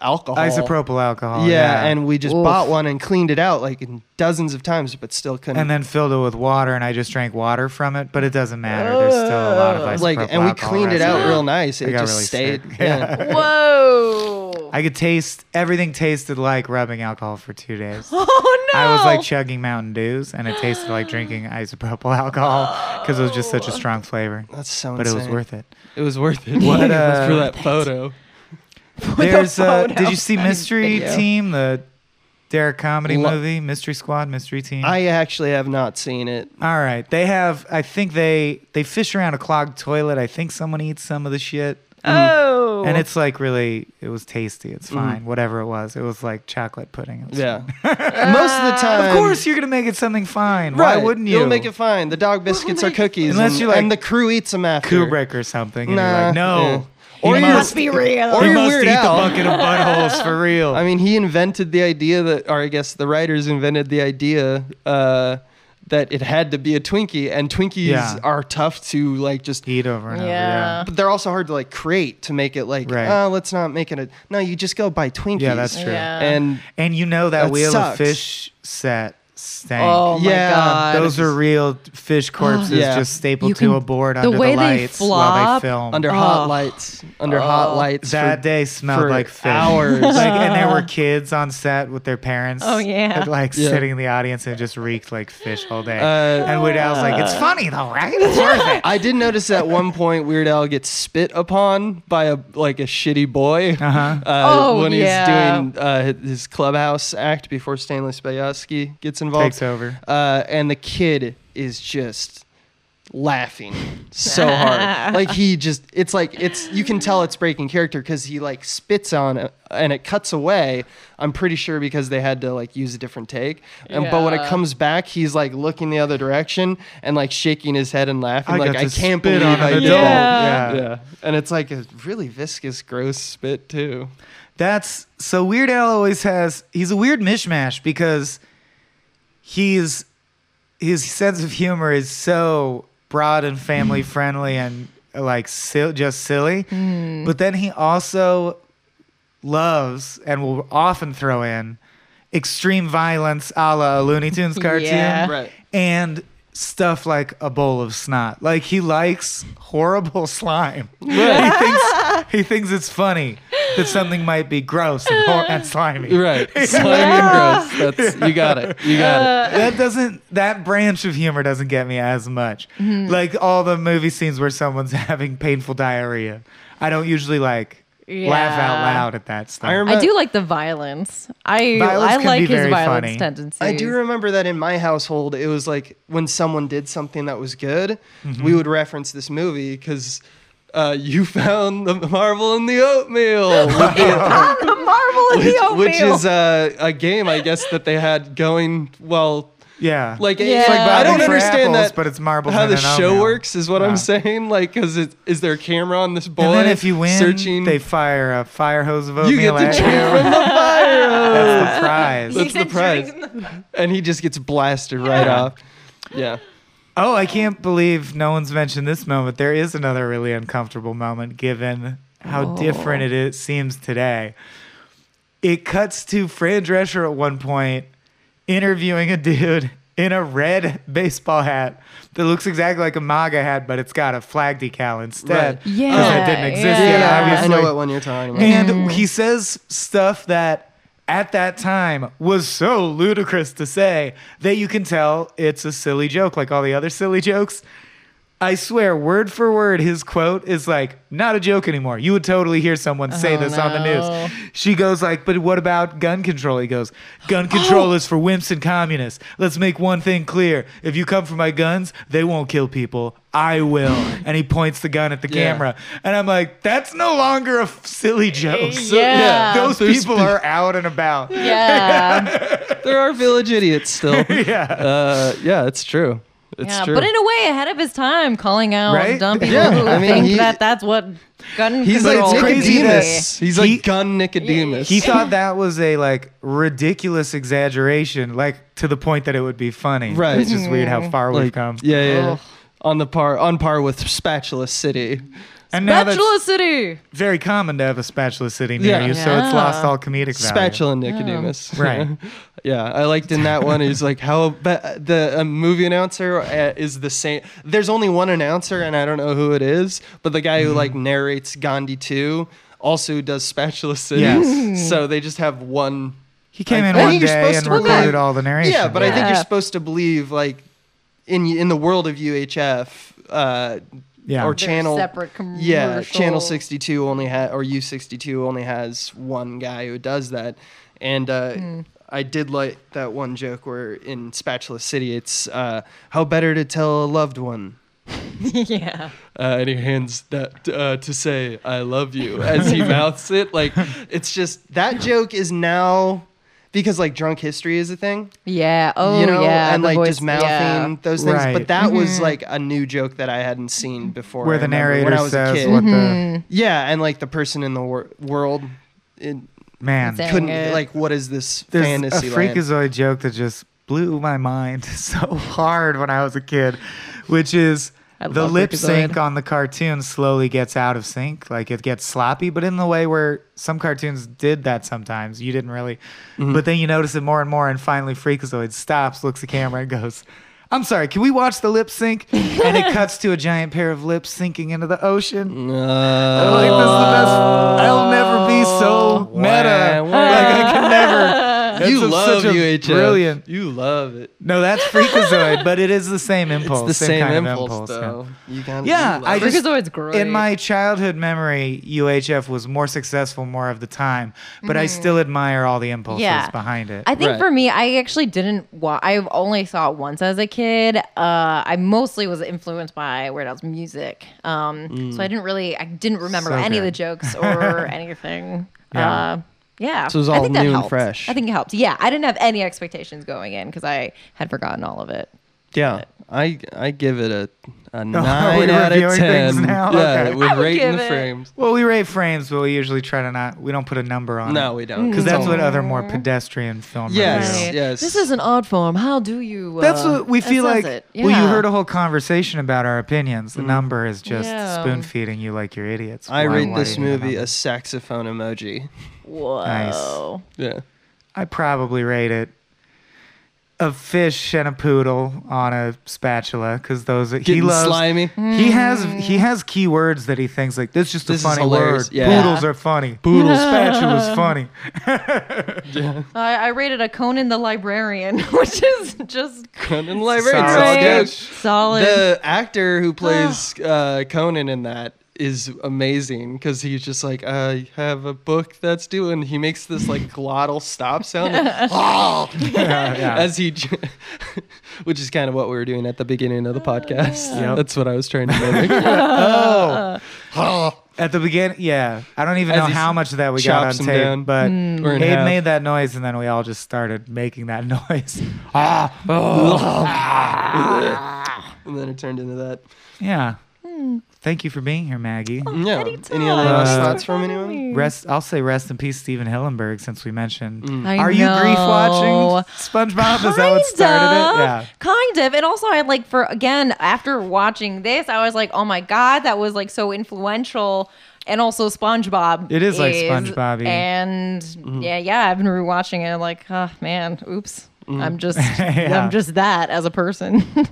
alcohol. Isopropyl alcohol. Yeah, and we just Oof. bought one and cleaned it out like in dozens of times, but still couldn't. and then filled it with water, and I just drank water from it. But it doesn't matter. There's still a lot of isopropyl Uh, like and we alcohol cleaned it out residue. real nice. It I got just really stayed. sick. Yeah. Whoa. I could taste everything tasted like rubbing alcohol for two days. oh, no. I was like chugging Mountain Dews, and it tasted like drinking isopropyl alcohol because it was just such a strong flavor. That's so But it was insane. worth it. It was worth it. What, It was uh, for that photo? There's uh, photo. did you see Mystery video. Team, the Derek comedy Lo- movie, Mystery Squad, Mystery Team? I actually have not seen it. All right, they have. I think they they fish around a clogged toilet. I think someone eats some of the shit. oh. And it's like really, it was tasty. It's fine, whatever it was. It was like chocolate pudding. It was Mm. Yeah. Most of the time, Of course, you're gonna make it something fine. Why wouldn't you? You'll make it fine. The dog biscuits are cookies, Unless and, you're like and the crew eats them after. Kubrick or something. And you're like, Nah. no. Yeah. Or he you must, must be real. or he you're must Weird eat Al. the bucket of buttholes for real. I mean, he invented the idea that, or I guess the writers invented the idea uh, that it had to be a Twinkie, and Twinkies Yeah. are tough to like just. eat over and over. Yeah. Yeah. But they're also hard to like create to make it like, Right. oh, let's not make it a. No, you just go buy Twinkies. Yeah, that's true. Yeah. And And you know that, That wheel sucks. of fish set stank. Oh my Yeah, god. Those are real fish corpses Yeah. just stapled You to can- a board the under the way they lights while flop they film. under Oh. hot lights, under hot lights. that for- day smelled for like fish. hours. like, and there were kids on set with their parents. Oh, yeah. and, like Yeah. sitting in the audience and it just reeked like fish all day. Uh, and Weird Al's like, "It's funny though, right? It's worth it." I did notice at one point Weird Al gets spit upon by a like a shitty boy Uh-huh. uh Oh, when yeah. he's doing uh, his clubhouse act before Stanley Spayaski gets involved. Takes over. uh, and the kid is just laughing so hard like he just it's like it's you can tell it's breaking character because he like spits on it and it cuts away i'm pretty sure because they had to like use a different take and but when it Yeah. comes back he's like looking the other direction and like shaking his head and laughing like got i to can't spit believe on i an did adult. Yeah. Yeah. yeah. and it's like a really viscous gross spit too That's so Weird Al always has he's a weird mishmash because he's his sense of humor is so broad and family friendly and like sil- just silly. But then he also loves and will often throw in extreme violence a la a Looney Tunes cartoon Yeah. Right. and stuff like a bowl of snot. Like he likes horrible slime. he thinks he thinks it's funny. that something might be gross and, hor- and slimy. Right. Slimy and gross. That's you got it. You Uh, got it. That doesn't. That branch of humor doesn't get me as much. Like all the movie scenes where someone's having painful diarrhea. I don't usually like laugh out Yeah. loud at that stuff. I remember. I do like the violence. I Violence I can like be his very violence funny. tendencies. I do remember that in my household, it was like when someone did something that was good, Mm-hmm. we would reference this movie because uh, you found the marble in the oatmeal, Ah, the marvel in the oatmeal. which is uh, a game I guess that they had going well. yeah. Like, Yeah. It's like I don't bobbing for understand apples, that. but it's marbles How in the an show oatmeal. works is what Yeah. I'm saying. Like, because it, is there a camera on this boy? and then if you win, searching, they fire a fire hose of oatmeal. you get at to choose from the fire. That's the prize. That's the prize, and he just gets blasted right Yeah. off. Yeah. Oh, I can't believe no one's mentioned this moment. There is another really uncomfortable moment given how different it is, seems today. It cuts to Fran Drescher at one point interviewing a dude in a red baseball hat that looks exactly like a MAGA hat, but it's got a flag decal instead. Right. 'cause Yeah, It didn't exist yet, yeah. obviously. I know what one you're talking about. Mm-hmm. And he says stuff that at that time was so ludicrous to say that you can tell it's a silly joke, like all the other silly jokes. I swear, word for word, his quote is like, not a joke anymore. You would totally hear someone say Oh, this on the no. news. She goes like, but what about gun control? He goes, gun control is for wimps and communists. Let's make one thing clear. If you come for my guns, they won't kill people. I will. and he points the gun at the Yeah. camera. And I'm like, that's no longer a f- silly joke. yeah. Those There's people been- are out and about. yeah, There are village idiots still. Yeah. Uh, yeah, it's true. It's yeah. true. But in a way, ahead of his time, calling out Right? dumb people Yeah, who I mean, think he- that that's what gun He's like control it's crazy can be. Nicodemus. He's like He- gun Nicodemus. He thought that was a like ridiculous exaggeration, like to the point that it would be funny. Right. It's just weird how far we've like, come. yeah, yeah. Ugh. On the par, on par with Spatula City. And now that's Bachelor City. very common to have a spatula sitting near Yeah. you, so it's lost Yeah. all comedic value. Spatula Nicodemus. Right. yeah, I liked in that one. He's like, how but the uh, movie announcer uh, is the same. There's only one announcer, and I don't know who it is, but the Mm-hmm. guy who like narrates Gandhi 2 also does Spatula City. Yes. so they just have one. He came I in think one you're day supposed and to believe- recorded all the narration. Yeah, but I think Yeah. you're supposed to believe like in in the world of UHF. Uh, Yeah. or They're channel separate yeah channel commercial- 62 only had or u62 only has one guy who does that and uh Hmm. i did like that one joke where in spatula city it's uh how better to tell a loved one yeah. uh, and he hands that uh, to say "I love you" as he mouths it. Like it's just that joke is now because like drunk history is a thing, Yeah. Oh, you know, yeah. and the like voice- just mouthing yeah. Mm-hmm. those things. Right. But that was like a new joke that I hadn't seen before. where I the remember narrator when I was a says kid. what the Yeah, and like the person in the wor- world it man. That's it. couldn't it. like what is this There's fantasy a land? freakazoid joke that just blew my mind so hard when I was a kid, which is I the love lip sync Freakazoid. on the cartoon slowly gets out of sync, like it gets sloppy, but in the way where some cartoons did that sometimes. You didn't really, Mm-hmm. but then you notice it more and more, and finally Freakazoid stops, looks at camera, and goes. I'm sorry, can we watch the lip sync? And it cuts to a giant pair of lips sinking into the Uh, ocean. I'm like, this is the best. I'll never be so meta. Wah, Like, I can never. That's you a- love such a UHF. Brilliant. You love it. No, that's Freakazoid, but it is the same impulse. It's the same, kind of impulse, yeah. though. You gotta- Yeah, you I love just Freakazoid's great. in my childhood memory, UHF was more successful more of the time, but I still admire all the impulses Mm. Yeah. behind it. I think Right. for me, I actually didn't. Wa- I only saw it once as a kid. Uh, I mostly was influenced by Weird Al's music, um, so I didn't really, I didn't remember Mm. So any of the good. jokes or anything. Yeah. Uh, yeah, So it was I all think that new and helped. fresh. I think it helped. Yeah, I didn't have any expectations going in because I had forgotten all of it. Yeah, I I give it a a we nine out of reviewing things ten. now? Yeah, Okay. with I would rating give it- frames. well, we rate frames, but we usually try to not. We don't put a number on. No, we don't. because Mm. that's what other Mm. more pedestrian film. Yes. review- Right. yes. This is an odd form. How do you? Uh, That's what we that feel says like. it. Well, you Yeah. Mm. heard a whole conversation about our opinions. The number is just Yeah. spoon feeding you like you're idiots. I Why- rate why this do you have movie numbers? a saxophone emoji. Whoa. Nice. Yeah. I probably rate it a fish and a poodle on a spatula because those are, he Getting loves. slimy. He has he has key words that he thinks like this. Is just This a is funny word. hilarious. Yeah. Poodles are funny. Poodle spatula's funny. I, I rated a Conan the Librarian, which is just Conan Librarian. Solid Solid great. sketch. solid. The actor Ah. who plays uh, Conan in that is amazing because he's just like, I have a book that's due, and he makes this like glottal stop sound like, "Oh," as he, j- which is kind of what we were doing at the beginning of the podcast. Ah. That's what I was trying to mimic. Oh. At the beginning, yeah, I don't even As know he how much of that we got on chops him tape, down. but Mm. Or in Abe half. made that noise, and then we all just started making that noise. and then it turned into that. yeah. Hmm. Thank you for being here, Maggie. Yeah. Anytime. Any other last Uh, thoughts from anyone? Rest. I'll say rest in peace, Steven Hillenberg, since we mentioned. Hmm. I Are you grief know. watching SpongeBob? Is that what started it? Yeah. Kind of. And also, I like for again after watching this, I was like, oh my god, that was like so influential. And also SpongeBob. It is like SpongeBob-y. Mm-hmm. And yeah, yeah, I've been rewatching it. Like, oh man, oops. I'm just, Mm. Yeah. I'm just that as a person.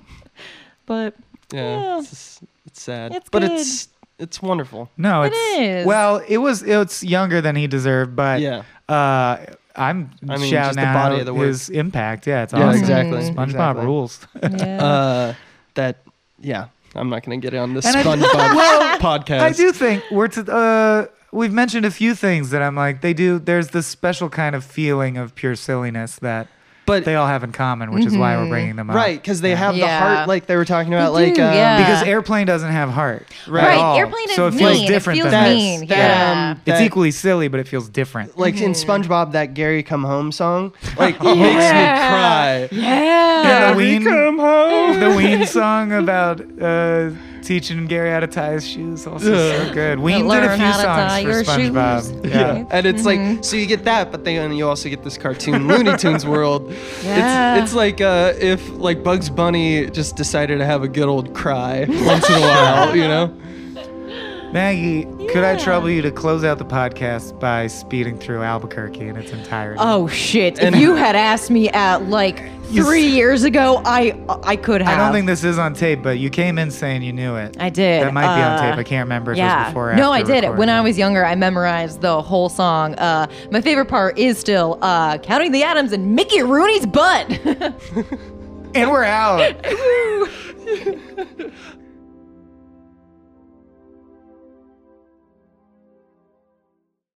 but Yeah. Yeah. It's, just- it's sad. It's but good. it's it's wonderful. No, It it's is. well, it was it's younger than he deserved, but Yeah. uh, I'm I mean, just shouting the out body of the work. his impact. Yeah, it's Yeah, awesome. exactly, SpongeBob exactly. rules. yeah. Uh, that, yeah. I'm not going to get on this And I- SpongeBob podcast. I do think we're to uh, we've mentioned a few things that I'm like they do. There's this special kind of feeling of pure silliness that But Mm-hmm. they uh, all have in common, which is why we're bringing them up. Right, because they have Yeah. the heart, like they were talking about, They like do, um, yeah. Because airplane doesn't have heart. Right. at Right, all. Airplane so it is feels mean. It different. feels than that's- mean, that, yeah. um, It's that- equally silly, but it feels different. like in Mm-hmm. SpongeBob that Gary Come Home song, like makes me cry. yeah. the ween, Come home. the Ween song about uh, teaching Gary how to tie his shoes also so good. Ween did a learn few how to tie songs for your SpongeBob. shoes. Yeah. And it's Mm-hmm. like so you get that, but then you also get this cartoon Looney Tunes world. Yeah. It's it's like uh, if like Bugs Bunny just decided to have a good old cry once in a while, you know? Maggie, could I Yeah. trouble you to close out the podcast by speeding through Albuquerque in its entirety? Oh shit! And- if you had asked me at like three years ago, I I could have. I don't think this is on tape, but you came in saying you knew it. I did. That might be on uh, tape. I can't remember if it was before or no, after I did it recording when I it. was younger. I memorized the whole song. Uh, my favorite part is still uh, counting the atoms in Mickey Rooney's butt. And we're out.